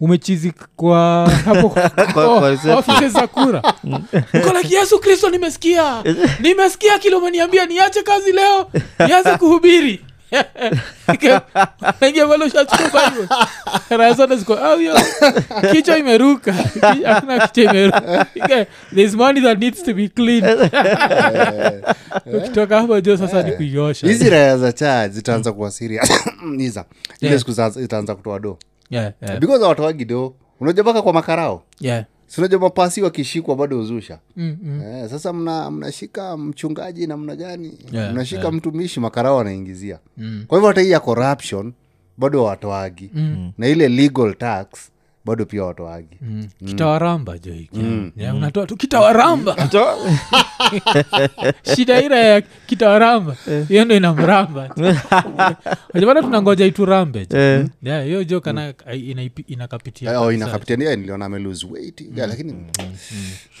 umechizi kwa hapo kwa-
kwa reception.
offices za kura uko like yesu kristo nimesikia nimesikia kile umeniambia niache kazi leo nianze kuhubiri Ingia pale ushachukua Bible. Raha zote ziko, "Ah, huyo, kichwa imeruka Ki- hakuna kichwa imeruka Ingia, "There's money that needs to be cleaned." ukitoka hapo jo sasa ni kuiosha
hizi raya za cha zitaanza kuwa serious. Iza. ile
Yeah.
siku za- itaanza kutoa do
Yeah, yeah,
because awatoagi do unajua mpaka kwa makarao
yeah.
sinajua mapasi wakishikwa bado huzusha
Mm, mm.
eh, sasa mna- mnashika mchungaji namna gani
Yeah, Mm.
mnashika mtumishi makarao wanaingizia kwa hivyo hata hii ya corruption bado watoagi
Mm.
na ile legal tax bado pia watoagi
kitawaramba jo hiki Yeah, unatoa tu kitawaramba shida ira ya kitawaramba hiyo ndo inamramba ajapata tunangoja iturambe jo
Eh.
Yeah, hiyo jo kana inaipi- inakapitia
Oh,
kabisa.
inakapitia ni- niliona amelose weight yeah,
Mm-hmm.
lakini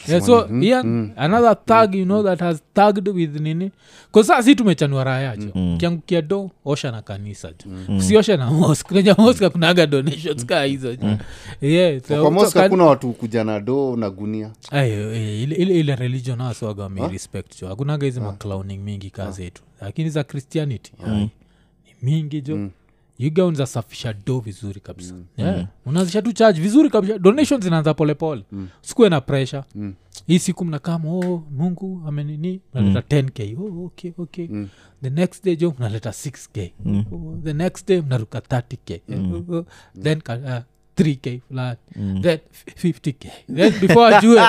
yeah, so Ian, another thug you know that has thugged with nini kosaa si tumechanua raha yacho kiangukia do osha na kanisa jo usioshe na mosk naja mosk akunaga donations kaa hizo jo yeah, so
kwa
utoka-
mosca kuna watu kuja na do na gunia
Ayo, eh, ile ile- ile religion asoaga wamerespect jo hakunaga hizi maclowning mingi kaa zetu lakini za christianity ai, ni mingi jo yuga unzasafisha do vizuri kabisa yeah. unaanzisha tu charge vizuri kabisa donation zinaanza polepole sikuwe na pressure hii siku mnakama oh, mungu amenini mnaleta 10k oh, okay, okay. the next day jo mnaleta 6k oh, the next day mnaruka 30k oh, oh, then ka, uh, 3k fulani then 50k then before ajue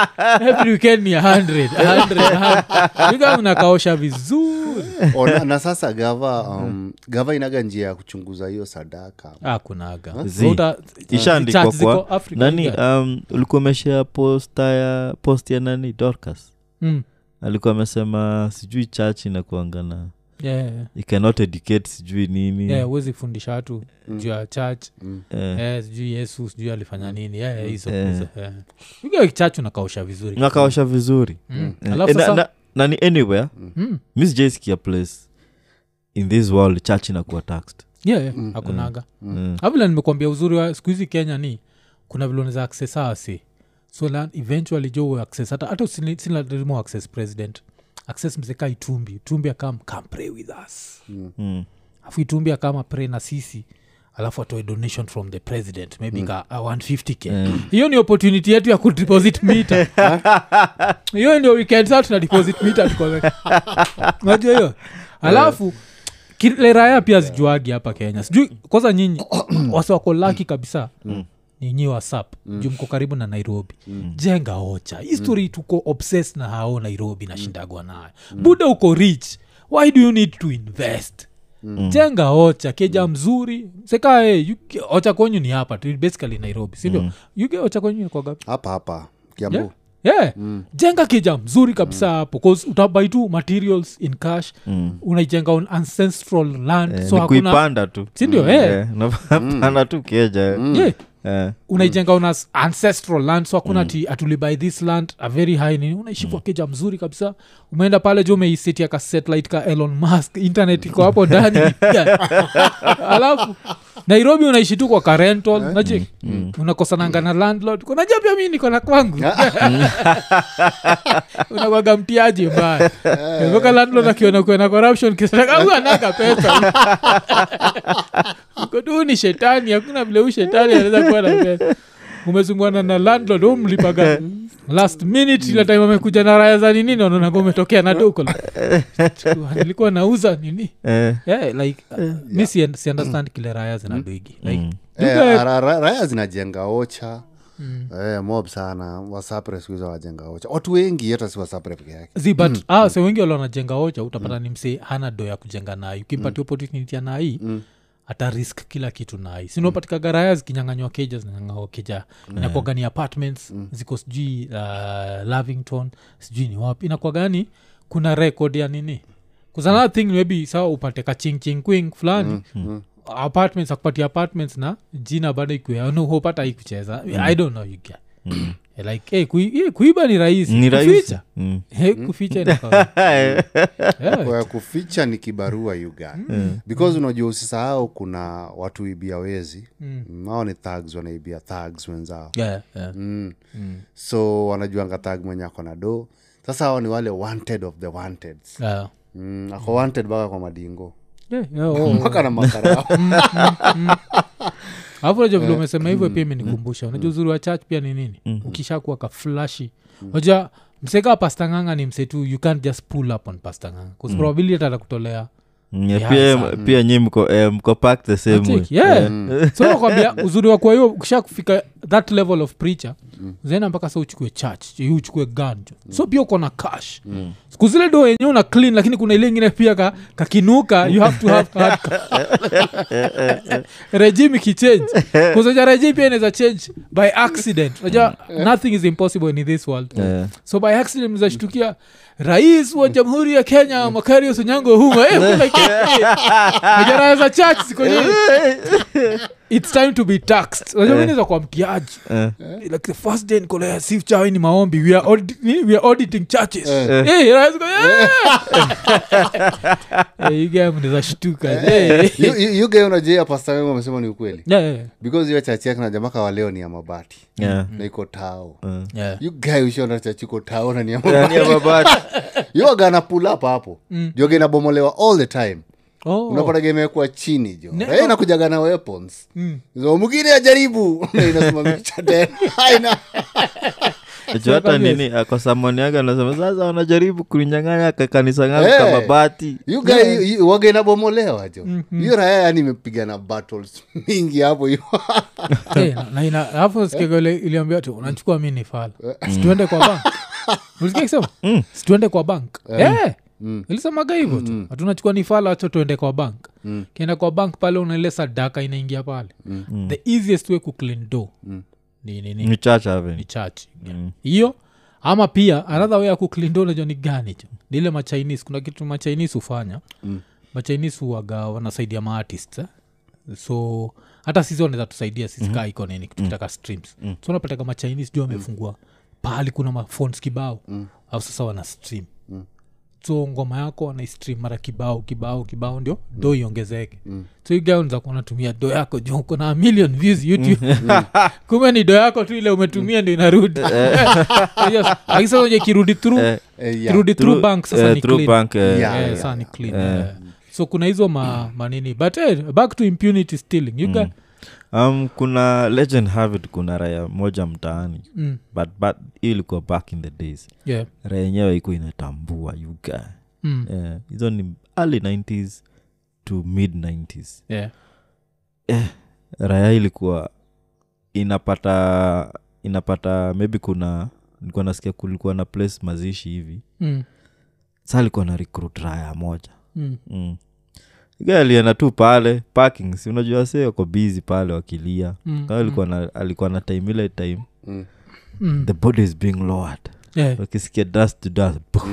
every weekend ni 100, 100 100. Yuga mnakaosha vizuri
Oh, na, na sasa gava
Mm-hmm.
um, gava inaga njia ya kuchunguza hiyo sadaka
Ah, akunaga
Zi.
uh,
ishaandikwa kwa
Mm.
nani um, ulikuwa umeshea posta ya post ya nani dorcas
Mm,
alikuwa amesema sijui church inakuanga na you cannot educate sijui nini
huwezi fundisha watu
Mm.
juu ya church
Eh.
Eh, sijui yesu sijui alifanya nini Eh, eh, hizo
Eh.
hizo, eh. Yuga church unakaosha vizuri
nakaosha vizuri
Mm.
Eh,
Alafu
eh, na-
sasa-
na- na ni anywhere
Mm.
miss jaiskia place in this world church inakuwa taxed
yeah, yeah, hakunaga mm. vile nimekuambia uzuri wa siku hizi kenya ni kuna vile unaweza access awasi so la, eventually jo uwe access hata hata usini- si lazima uwe access president access mzeka itumbi itumbi akam come pray with us
Mm.
afu itumbi akama pray na sisi alafu atoe donation from the president maybe ka uh, 150k hiyo ni opportunity yetu ya kudeposit mita hiyo ndio weekend saa tuna deposit mita tuko- unajua hiyo alafu kile raya pia zijuagi hapa kenya sijui kwanza nyinyi wasi wako laki kabisa ninyi wasap mm. juu mko karibu na nairobi mm. jenga ocha history mm. tuko obsessed na hao nairobi nashindagwa nayo mm. buda uko rich why do you need to invest Mm. jenga ocha keja mm. mzuri seka hey, you, ocha kwenyu ni hapa tu basically nairobi sindio mm. yuge ocha kwenyu nikwaga
hapa hapa kiambu
Yeah. yeah. mm. jenga keja mzuri kabisa hapo bcause utabai tu materials in cash mm. unaijenga on ancestral land
Eh,
so
ni
hakuna
kuipanda tu
sindio eh.
Eh, unapanda tu keja
yeah
Eh,
unaijenga on as- ancestral land so hakuna ti atuli by this land a very high nini unaishi kwa keja mzuri kabisa umeenda pale jo umeisetia ka satellite ka elon musk internet iko hapo ndani alafu nairobi unaishi tu kwa karental naje unakosananga na landlord kunajua pia mi niko na kwangu unakwaga mtiaji mbaya voka landlord akiona kuena corruption kisaaau anaga pesa Uko tu ni shetani hakuna vile huu shetani anaweza kuwa na pesa umezungana na landlord huu mlipaga last minute ile time amekuja na raya za ninini wanaonaga umetokea na duko nilikuwa nauza nini
eh,
yeah, like uh, mi sien- siunderstand kile raya zinaduigi like
Eh,
duka- Mm.
ra- ra- raya zinajenga ocha Eh, mob sana wasapre sikuhiza wajenga ocha watu wengi hata si wasapre peke yake
zi but
Mm.
ah, so wengi wale wanajenga ocha utapata ni msee hana do ya kujenga nai
Mm.
ukimpatia opportunity ya nai ata risk kila kitu nai
Mm.
sinaupatikaga raya zikinyanganywa keja zinangangawa keja inakuaga ni apartments
Mm.
ziko sijui uh, lavington sijui ni wapi inakuagani kuna record ya nini
Mm.
kuzanaa thing maybe sawa upate kachingchingquing fulani
Mm.
apartments akupatia apartments na jina bado ikuanohopata ikucheza
Mm.
i don't know you get like hey, kui, eh, kuiba ni rahisi
ni rahisi
Kuficha?
Mm.
Hey, kuficha ni kawaida.
Kwa
Yeah.
ya kuficha ni kibarua yuga
Mm.
because unajua usisahau kuna watu ibia wezi mm. ao ni thugs wanaibia thugs wenzao
Yeah, yeah.
mm. so wanajuanga thug mwenye ako na do sasa hao ni wale wanted of the wanted
Yeah.
mm. ako wanted baka kwa madingo
Yeah, yeah, oh, oh.
mpaka na makarao
alafu unajua vile umesema hivyo pia imenikumbusha unajua uzuri wa church pia ni nini ukishakuwa kaflashi unajua mseka pastanganga ni msetu you can't just pull up on pastanganga bcause probability hata atakutolea
Mm,
Yeah,
pia-
sana.
pia nyi mko eh, mko pack the same way.
Cheki, yeah. so nakwambia uzuri wa kwa hiyo ukisha kufika that level of preacher zaenda mpaka sa uchukue church yu uchukue ganjo so pia uko na cash siku zile do yenyewe una clean lakini kuna ile ingine pia ka, kakinuka you have to have hard cash. regime ikichange kuzaja regime pia inaweza change by accident unajua nothing is impossible in this world
Eh,
so by accident mzashtukia rais wa jamhuri ya kenya makarius onyango huma eh, kumbe Kenya. Hajara za church ziko nyingi. its time to be taxed najamineza kwa mtiaji
eh,
like the first day nikolea sif chawi ni maombi we are, audi- ni- we are auditing churches
Eh.
Eh, rais kwa- eh. Eh, you guy mnaweza shtuka Eh.
yuga unajua pasta wengu amesema ni ukweli
Yeah, yeah,
because hiyo chachi yake na jamaka wa leo ni ya mabati
yeah.
Mm.
na iko tao
yeah.
yugae ushaona chachi iko tao na ni ya
Yaani
mabati
ya mabati.
yoga anapulapa hapo mm. joga inabomolewa all the time
Oh.
unapataga imewekwa chini jo
Ne-
hey, nakujaga na weapons mm. mwingine ajaribu Na inasimamisha tena Haina.
Juu hata
Yes.
nini eh, kwa samoni yake anasema sasa wanajaribu kuninyang'anya ka- kanisa gangu
Eh.
kama bati
You guy, you- waga inabomolewa jo hiyo raya yani imepigana battles mingi hapo hiyo
Eh, na- na ina- alafu sikiaga ile- iliambia tu unachukua mi ni fala situende kwa bank ulisikia kisema situende kwa bank Eh, ilisemaga hivyo tu hatunachukua ni fala wacha tuende kwa bank kienda kwa bank pale unaile sadaka inaingia pale the easiest way kuclean do ni nini
ni church haven
ni church hiyo ama pia another way ya kuclean do unajua ni gani cho ni ile machinese kuna kitu machinese hufanya mm. machinese huwaga wanasaidia maartist eh? so hata sisi wanaweza tusaidia sisi mm-hmm. kaa iko nini tukitaka streams mm. so unapataka machinese juu amefungua pahali kuna mafons kibao mm. au sasa wana stream mm so ngoma yako wanaistream mara kibao kibao kibao ndio
Mm.
do iongezeke so hiyo guy unaweza kuwa unatumia do yako juu uko na million
Mm.
views youtube kumbe ni do yako tu ile umetumia ndio inarudi Yes. Lakini sasa unajua ikirudi through
Eh,
Eh, yeah.
kirudi through
through-
bank sasa
eh,
ni
through
clean.
bank, eh,
Yeah.
Eh, sasa ni clean eh. so kuna hizo ma, manini but eh, back to impunity stealing
Mm.
you got,
um, kuna legend have it kuna raya moja mtaani
Mm.
but, but hiyo ilikuwa back in the days
yeah.
raya yenyewe iko inatambua yuga
Mm.
Eh, hizo ni early 90s to mid 90s
Yeah.
raya ilikuwa inapata inapata maybe kuna nilikuwa nasikia kulikuwa na place mazishi hivi
mm.
sa alikuwa na recruit raya moja
Mm.
mm. Guy alienda tu pale parking si unajua se wako busy pale wakilia
Mm,
Kama alikuwa na, alikuwa na time ile time
Mm.
Mm.
the body is being lowered
Yeah.
wakisikia dust to dust poof.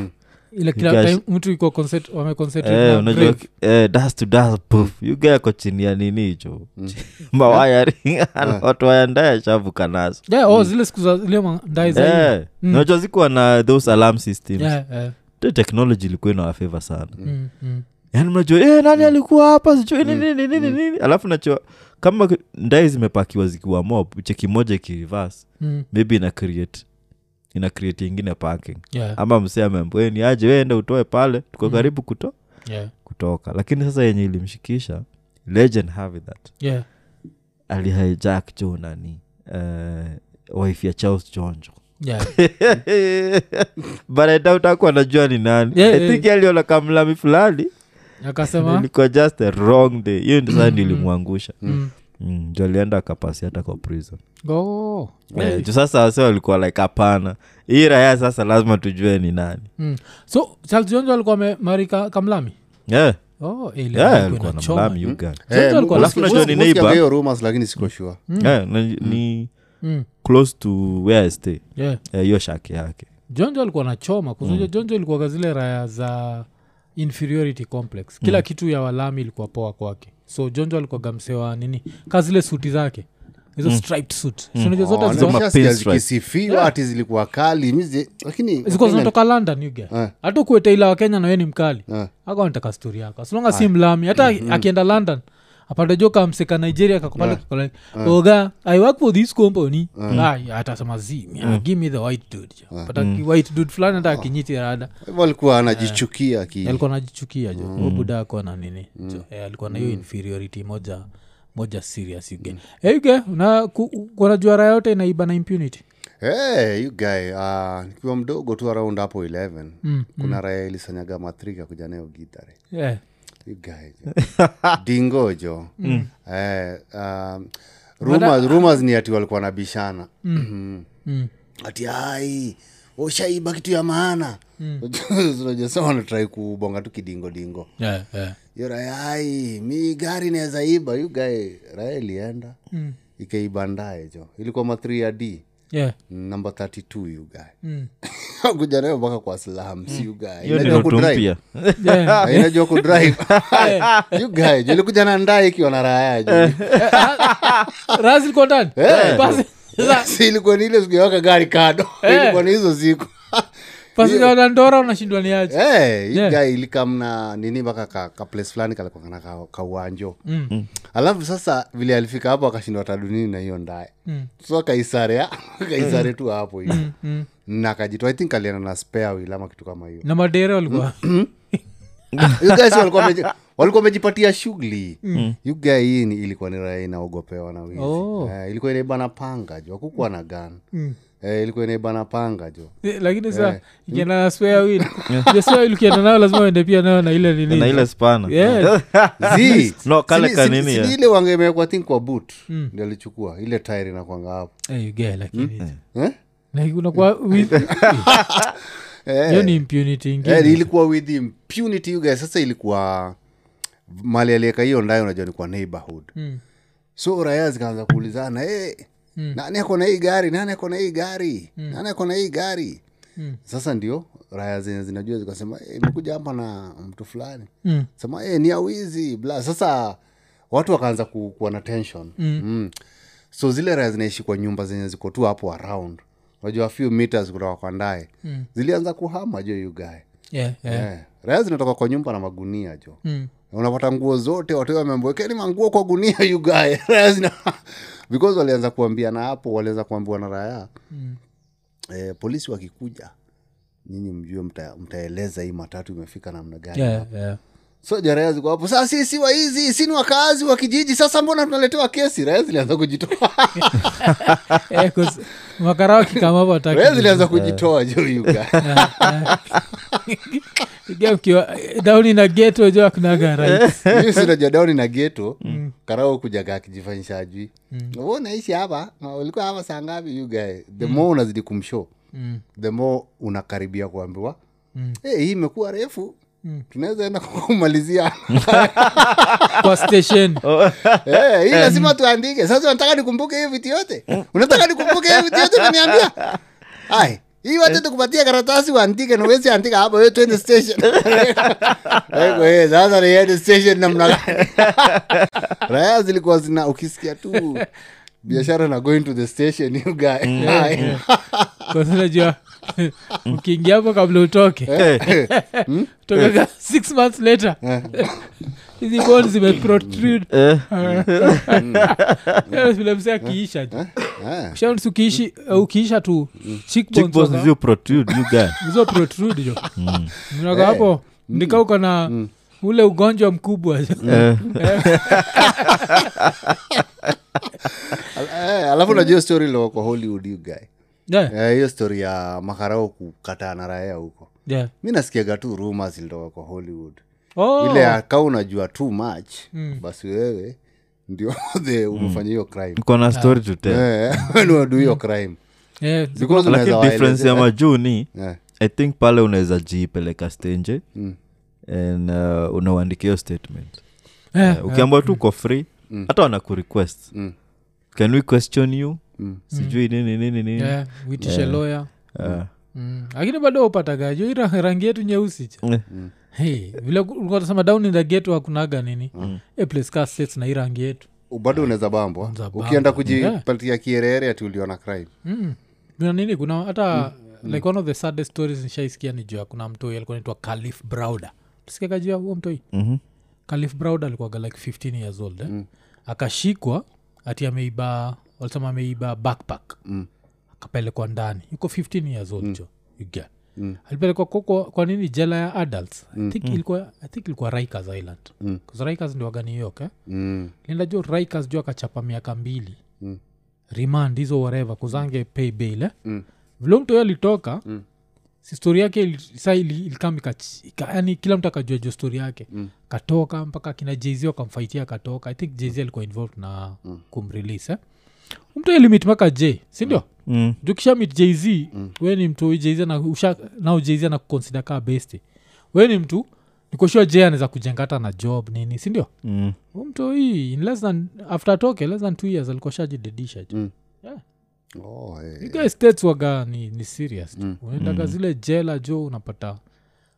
ile kila
Because-
time mtu iko concent- wameconcentrate
Eh,
na
unajua
grave.
waki- eh, dust to dust poof. You guy ako chini ya nini hicho mawayaring watu wayandaye shavuka nazo
Yeah, oh, zile siku za zile mandai za hivi.
Eh,
Mm.
unajua zikuwa na those alarm systems
Yeah, yeah.
the technology ilikuwa inawafeva sana
Mm, mm.
yaani mnajua eh, nani alikuwa hapa sijui nini nini nini nini alafu najua kama ki- ndai zimepakiwa zikiwa mob cheki moja ikirivas
Mm.
maybe ina create ina create ingine parking
Yeah, Mm.
ama msee amembweni aje weende utoe pale tuko karibu kuto,
yeah,
kutoka lakini sasa yenye ilimshikisha legend have it that
yeah.
alihijack jo nani uh, wife ya charles chonjo
Yeah.
but I doubt hakuwa anajua ni nani
Yeah,
i
yeah.
think aliona kamlami fulani
akasema
ilikuwa just a wrong day hiyo ndio sasa nilimwangusha
mm.
mm, ju alienda akapasi hata kwa prison
go
eh, ju sasa wase walikuwa like hapana hii raya sasa lazima tujue ni nani
mm. so charles jonjo alikuwa amemarika kamlami
yeah,
oh, eh, ile
yeah,
alikuwa
alikuwa na
inachoma. Mm.
mlami uganda
Zote
Eh,
walikuwa-
Alafu unajua ni
musikia- musikia
neighbor.
hiyo rumors lakini siko sure
yeah, na, ni
Mm.
close to where I stay
Yeah.
Eh, hiyo shaki yake
jonjo alikuwa nachoma kuzuja jonjo ilikuwaga zile raya za inferiority complex kila kitu ya walami ilikuwa poa kwake so jonjo alikuwaga msewa nini ka zile suti zake hizo striped suit sinajua zote
Oh,
zilikuwa-
ma-
nilishasikia
pinstripe.
zikisifiwa ati zilikuwa kali mi zi- lakini
zilikuwa
Wakenya-
zinatoka london you get.
Eh.
hata ukueteila wakenya nawe ni mkali
Eh.
aka wanataka stori yako asilonga si mlami hata akienda london apande jo kamseka nigeria kakupale kakole oga i work for this company Ai, atasema zi yeah, give me the white dude but aki- white dude fulani hata akinyiti rada
hivyo alikuwa anajichukia ki
alikuwa anajichukia jo mm. buda ako na nini jo eh, alikuwa na hiyo inferiority moja moja serious uge mm. uge na ku- kuna juara yote inaiba na impunity
hey, you guy uh, nikiwa mdogo tu around hapo 11 mm, kuna mm. raya ilisanyaga matrika kuja nayo gitare
yeah.
You guy, jo. dingo jo eh, um, rumors, rumors ni ati walikuwa nabishana mm. ati ai ushaiba kitu ya maana unajua wanatrai kubonga tu kidingo dingo
Yeah, yeah.
hiyo raya ai mi gari naweza iba hiyo gae raya ilienda mm. ikaiba ndaye jo ilikuwa ma 3 ya d
Yeah.
namba 32 hiyo gae
Mm.
kuja nayo mpaka kwa slums hiyo gae
hiyo
Inajua
ndio
kudrive.
tumpia
Yeah.
Ah, inajua kudrive
Eh.
You guy, jo, ilikuja na ndaye ikiwa na raya jo
raha zilikuwa ndani
Eh.
Pasi- za-
Si ilikuwa ni ile siku ya weka gari kado
Eh.
ilikuwa ni hizo siku
pasi za dandora unashindwa ni aje
hey,
Yeah.
guy ilikamna nini mpaka ka, ka place fulani kalikuwa kana ka, ka uwanjo
Mm.
alafu sasa vile alifika hapo akashindwa tadunini na hiyo ndaye
Mm.
so akaisare akaisare tu hapo hiyo
Mm.
na akajitoa i think alienda na spare wheel ama kitu kama hiyo
na madere walikuwa
You guys walikuwa wameji- walikuwa wamejipatia shughuli
Mm.
You guy hii ni- ilikuwa ni raha inaogopewa na wizi
Oh.
Eh, ilikuwa inaibana panga jo akukuwa na gana
Mm.
ilikuwa inaibana panga jo
Eh, lakini saa ikienda na swea wili Ile swea wili ukienda nayo lazima uende pia nayo na ile nini
na ile spana
Yeah.
Zii.
No, kale
Sini-
kanini, Mm.
sini-
yeah.
sini ile wangemewekwa think kwa boot ndio alichukua ile tairi nakwanga hapo
Eh, you get, lakini
Eh?
Like, unakuwa with-
Eh,
hiyo ni impunity
eh,
ingine
ilikuwa with impunity you guys. sasa ilikuwa mali alieka hiyo ndayo unajua ni kwa neighborhood
Mm.
so raya zikaanza kuulizana hey, nani ako na hii gari nani ako na hii gari nani ako na hii gari sasa ndio raya zenye zinajua zikasema "Eh, imekuja hapa na mtu fulani
Mm.
sema hey, ni awizi bla sasa watu wakaanza ku, kuwa na tension mm. Mm. so zile raya zinaishi kwa nyumba zenye ziko tu hapo around unajua few meters kutoka kwa ndaye mm. zilianza kuhama jo yugae
Yeah, yeah.
yeah. raya zinatoka Eh, kwa nyumba na magunia jo
Mm.
unapata nguo zote watu wamemwekeni manguo kwa gunia you guy." Raya zina- because walianza kuambiana hapo walianza kuambiwa na raya mm. eh, polisi wakikuja nyinyi mjue mta, mtaeleza hii matatu imefika namna gani
Yeah, yeah.
so jaraya ziko hapo saa sisi waizi si ni wakaazi wa kijiji sasa mbona tunaletewa kesi raya zilianza kujitoa
Eh, 'cause makarao kikama hapo hataki.
raya zilianza kujitoa jo you guy.
Ingia mkiwa down na geto jo akunaga right
Mimi si unajua dauni na geto karao kujaga akijifanyisha ajui "Wewe unaishi hapa Na ulikuwa hapa saa ngapi you guy the more unazidi kumshow the more unakaribia kuambiwa "Eh, hii imekuwa refu tunaweza enda kumalizia
kwa station
Eh, hii lazima tuandike sasa unataka nikumbuke hii vitu yote unataka nikumbuke hii vitu yote unaniambia ai hii watu tukupatia karatasi uandike na uwezi andika hapa wewe twende station Eh, kwa hiyo sasa niende station namna gani raya zilikuwa zina ukisikia tu biashara na going to the station you guy Ai.
kwa sababu najua ukiingia hapo kabla utoke
Eh, hmm?
utokeka six months later hizi bon zimeprotrude Hmm.
Eh,
vilemsi
Eh.
akiisha
Ah.
shaus ukiishi eh, ukiisha tu
cheekbones
chickbones
Hmm. zio protrude, you guy.
hizo protrude jo
Hmm.
mnaga hapo nikauka na ule ugonjwa mkubwa
Eh,
Eh, alafu najua story lo kwa hollywood you guy
Yeah,
Eh, hiyo story ya makarao kukataa na raya huko
yeah.
mi nasikiaga tu ruma zilitoka kwa hollywood
Oh, Hmm.
ile aka unajua too much basi wewe ndio the
Hmm.
umefanya hiyo crime Eh,
niko na story to tell.
niwadu hiyo crime
Eh,
yeah.
because unaweza
lakini difference ya
waelezea-
majuu ni
Eh,
i think pale unaweza jiipeleka stenje
Mm.
and uh, unauandikia hiyo statement
Eh,
Eh, ukiambua tu uko free
Mm.
hata wanakurequest can we question you
Mm.
sijui nini nini nini
Mm. yeah, uitishe lawyer.
Eh,
Mm, lakini bado upataga jo ira rangi yetu nyeusi cha
eh,
Mm.
hey, vile ulikuwatasema down in the gate hakunaga nini mm. e place ka states na hii rangi yetu
bado unaweza bambwa
Unaweza bambwa.
ukienda kujipatia kierere ati uliona crime
mm. kuna nini kuna hata mm. like one of the saddest stories nishaisikia ni jua kuna mtoi alikuwa naitwa kalif browder tusikiakajua huo mtoi
mhm.
kalif browder alikuwaga like 15 years old eh? mm. akashikwa ati ameiba walisema ameiba backpack mm. akapelekwa ndani yuko 15 years old mm. jo uga Mm. alipelekwa koko kwa nini jela ya adults mm. I, think mm. ilikuwa, i think ilikuwa rikers island mm. rikers ndio waga new york eh?
Mm,
lienda jo rikers jo akachapa miaka mbili mm. remand hizo wareva kuzange pay bail eh? mm. vile mtu alitoka mm. stori yake ili- sa ili- ilikam ikach- ika- yani kila mtu akajua jo stori yake mm. katoka mpaka kina jz wakamfaitia akatoka i think jz alikuwa involved na mm. kumrelease eh? mtu ilimit mpaka j sindio mm
Mm.
jukishamit jz mm. we ni mtu jz nao jz anakukonsida kaa besti we ni mtu nikoshua j anaweza kujenga hata na job nini sindio
Mm.
Huyu mtu hii in less than after toke less than two years alikuwa shajidedisha ju mm.
oh, eh.
states waga ni, ni serious mm. unaendaga zile jela jo unapata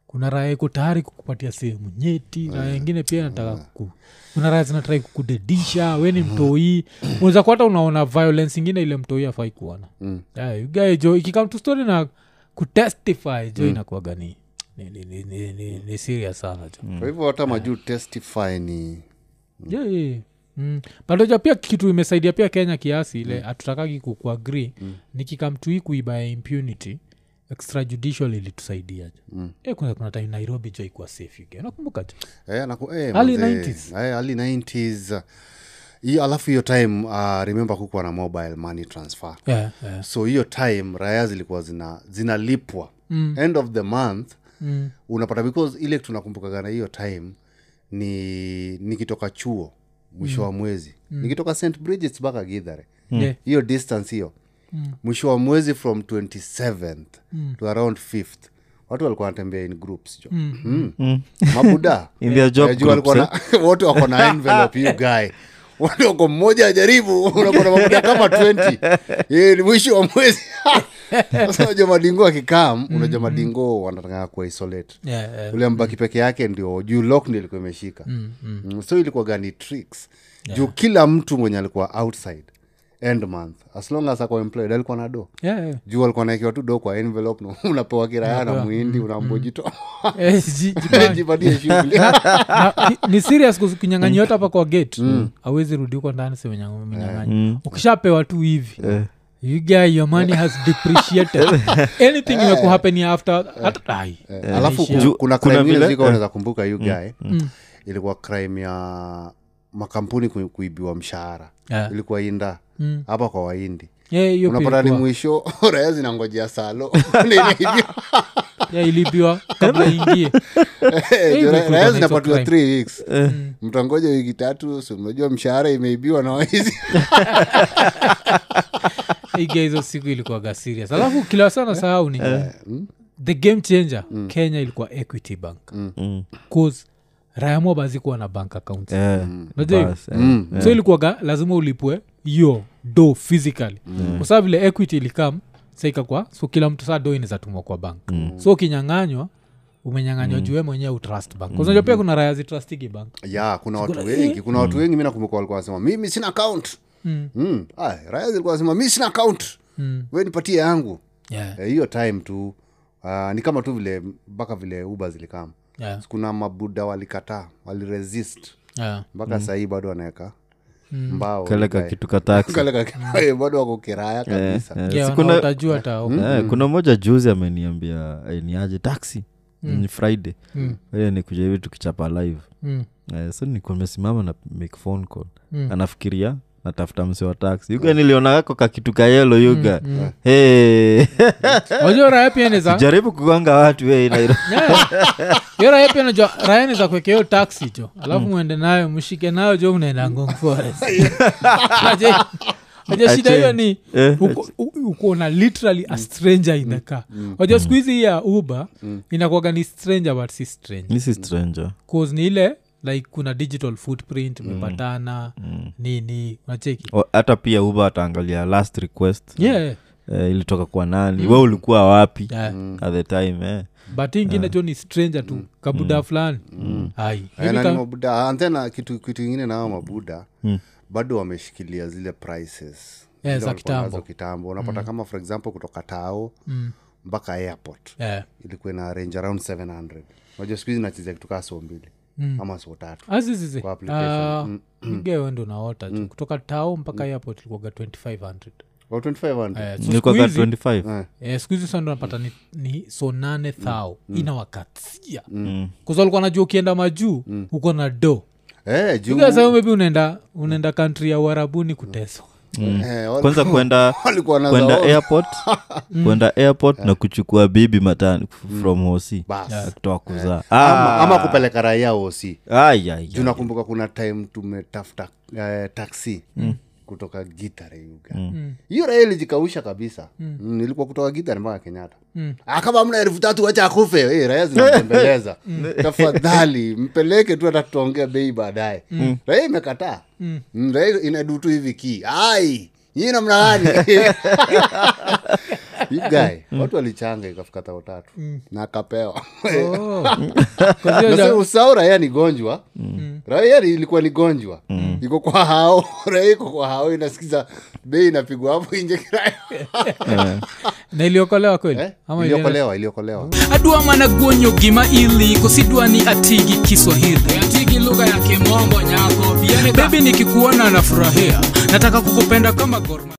kuna raya iko tayari kukupatia sehemu nyeti na wengine pia nataka kuku kuna raya zinatrai kukudedisha we ni mtoii unaweza kuwa hata unaona violence ingine ile mtoii afai kuona
Mm.
yeah, you guy jo ikikam to story na kutestify jo inakuwaga ni, ni, ni, ni, ni, ni, ni serious sana jo
Hmm.
kwa hivyo hata majuu testify ni
yeah, yeah. yeah. Mm. batoja pia kitu imesaidia pia kenya kiasi ile hatutakagi mm. kuagri mm. nikikamtui kuiba ya impunity extrajudicial ilitusaidia mm. e, kuna, kuna time nairobi jo ikuwa safe ige nakumbuka jo
eh, naku, eh,
Early
mazee.
90s.
Eh, early 90s hiyo alafu hiyo time uh, remember kukuwa na mobile money transfer
yeah, yeah.
Eh, so hiyo time raya zilikuwa zina zinalipwa mm. end of the month mm. unapata because ile tunakumbukagana hiyo time ni nikitoka chuo mwisho wa mwezi mm. nikitoka st bridget mpaka gidhare
Yeah.
hiyo distance hiyo mwisho wa mwezi from 27th mm. to around 5th watu walikuwa wanatembea in groups jo mm. mabuda
In their job
Eh, juu walikuwa
groups, eh?
na- wote wako na envelope you guy wote wako mmoja ajaribu unakuwa na mabuda kama 20 Eh, ni mwisho wa mwezi sasa unajua madingo akikam unajua
Mm-hmm.
madingo wanataka kuwa isolate
Yeah, yeah.
ule mbaki peke yake ndio juu lock ndio ilikuwa imeshika mm,
Mm-hmm.
mm. so ilikuwa gani tricks yeah. juu kila mtu mwenye alikuwa outside end month as long as ako employed alikuwa na do
Yeah, yeah.
juu alikuwa naekiwa tu do kwa envelope na unapewa kiraya na muhindi
Mm-hmm.
unambojito
Eh, ji- jipa-
jipatie shughuli
Na ni- ni serious kunyanganyia yote hapa kwa gate awezi rudi huko ndani semenyanganya ukishapewa tu hivi you guy your money has depreciated anything imekuhappen after hata- ai.
Eh, alafu ku-
Juu-
kuna
kuna
crime ile
vile-
ziko unaweza kumbuka you guy
Mm.
ilikuwa crime ya makampuni ku- kuibiwa mshahara
Yeah.
ilikuwa inda hapa kwa waindi
Yeah, hiyo pia
unapata ni
ilikuwa.
Eh, mwisho raya zinangojea salo Nini hivyo?
ya ilibiwa kabla ingie hivyo tu
raia
inaitwa crime.
zinapatiwa
Mm.
three weeks mtangoja wiki tatu so unajua mshahara imeibiwa na waizi
iga hizo siku ilikuwaga serious alafu kila sana sahau ni
Mm.
the game changer kenya ilikuwa equity bank
Mm.
cause raya mob hazikuwa na bank account
Eh,
Unajua
bas, eh.
Mm.
so ilikuwaga lazima ulipwe hiyo do physically
Mm.
kwa sababu vile equity ilikam saika kwa so kila mtu saa do inazatumwa kwa bank so ukinyanganywa umenyanganywa juu we mwenyewe utrust bank unajua pia kuna raya zitrustigi bank
ya kuna watu wengi kuna watu wengi mi nakumbuka walikuwa wanasema mimi sina akaunt mm. Aya, raia zilikuwa nasema mi sina akaunt
Mm.
we nipatie yangu
yeah.
Eh, hiyo time tu ah, ni kama tu vile mpaka vile uba zilikama
Yeah.
kuna mabuda walikataa waliresist
Yeah.
mpaka mm. sahii bado wanaweka
Mm.
mbao
kaleka
bae.
kitu kataksi
Kaleka ki- bado wako kiraya kabisa
Eh,
Yeah,
si kuna-
na utajua ta
Eh, kuna moja juzi ameniambia eh, niaje taxi ni friday
Mm.
Eh, nikuja hivi tukichapa live
Mm.
Eh, so nikuwa nimesimama na make phone call
Mm.
anafikiria natafuta mse wa taxi yuga niliona kako kakitu kayelo yuga
Mm, mm.
Hey.
wajua raya pia inaeza
jaribu kuganga watu hey, Nairobi.
hiyo raya pia najua raya naeza kuwekea hiyo taxi jo alafu mwende nayo mshike nayo jo mnaenda ngong forest Aje- aje shida hiyo ni
Eh,
uko- u- uko na literally a stranger in the car wajua siku hizi hii ya uber inakuwaga ni stranger but si stranger
This is stranger
cause ni ile like kuna digital footprint mepatana nini unacheki
O, hata pia uba ataangalia last request
yeah Mm.
eh, ilitoka kwa nani we ulikuwa wapi
yeah.
at the time eh.
but hii ingine jo ni stranger tu kabuda fulani ai
Eh,
Hivi
na
ka- Mm.
ni mabuda Ah, tena kitu kitu ingine nao mabuda
Mm.
bado wameshikilia zile prices
Eh,
Zile
za
walikuwa
kitambo. Mm.
nazo kitambo unapata kama for example kutoka tao mpaka airport
yeah.
ilikuwa ina range around 700 unajua siku hizi nachezea kitu kaa so mbili
Mm.
ama so tatu
azizizi uh,
Kwa application.
igewendo naota ju kutoka tao mpaka airport ilikuwaga 2500
Or 2500
Eh, so siku
nilikuwaga
hizi
25
eh, siku hizi sando napata ni, ni so nane thao inawakatia kuza alikuwa najua ukienda majuu uko na do
eh, juu
sasa mebi unaenda unaenda kantri ya uharabuni kuteswa
eh, wal-
Mm. kwanza kwenda
walikuwa na
kwenda
zao
airport kwenda airport na kuchukua bibi matani f- from hosi
basi
akitoa kuzaa
Mm. ama,
Ah,
ama kupeleka raia osi
ai, ai,
juu nakumbuka kuna time tumetafuta eh, taksi kutoka gitare uga hiyo raia ilijikausha kabisa mm. ilikuwa kutoka gitare mpaka kenyatta Ah, kama mna elfu tatu wacha akufe hey, raia zinamtembeleza tafadhali mpeleke tu hata tutaongea bei baadaye raia imekataa mm. raia inadutu hivi ki ai nyii namna gani You guy watu walichanga ikafika tao tatu na akapewa
Oh. Kwa hiyo ja-
Nasa usao raia ni gonjwa
Mm.
raia ni- ilikuwa ni gonjwa iko kwa hao raia iko kwa hao inasikiza bei inapigwa hapo inje kiraya
na iliokolewa kweli
Eh?
Ama ilienda-
iliyokolewa iliyokolewa
adwa mana guonyo gima ili kosidwa ni atigi kiswahili atigi lugha ya kimombo nyako bebi nikikuona nafurahia nataka kukupenda kama gorma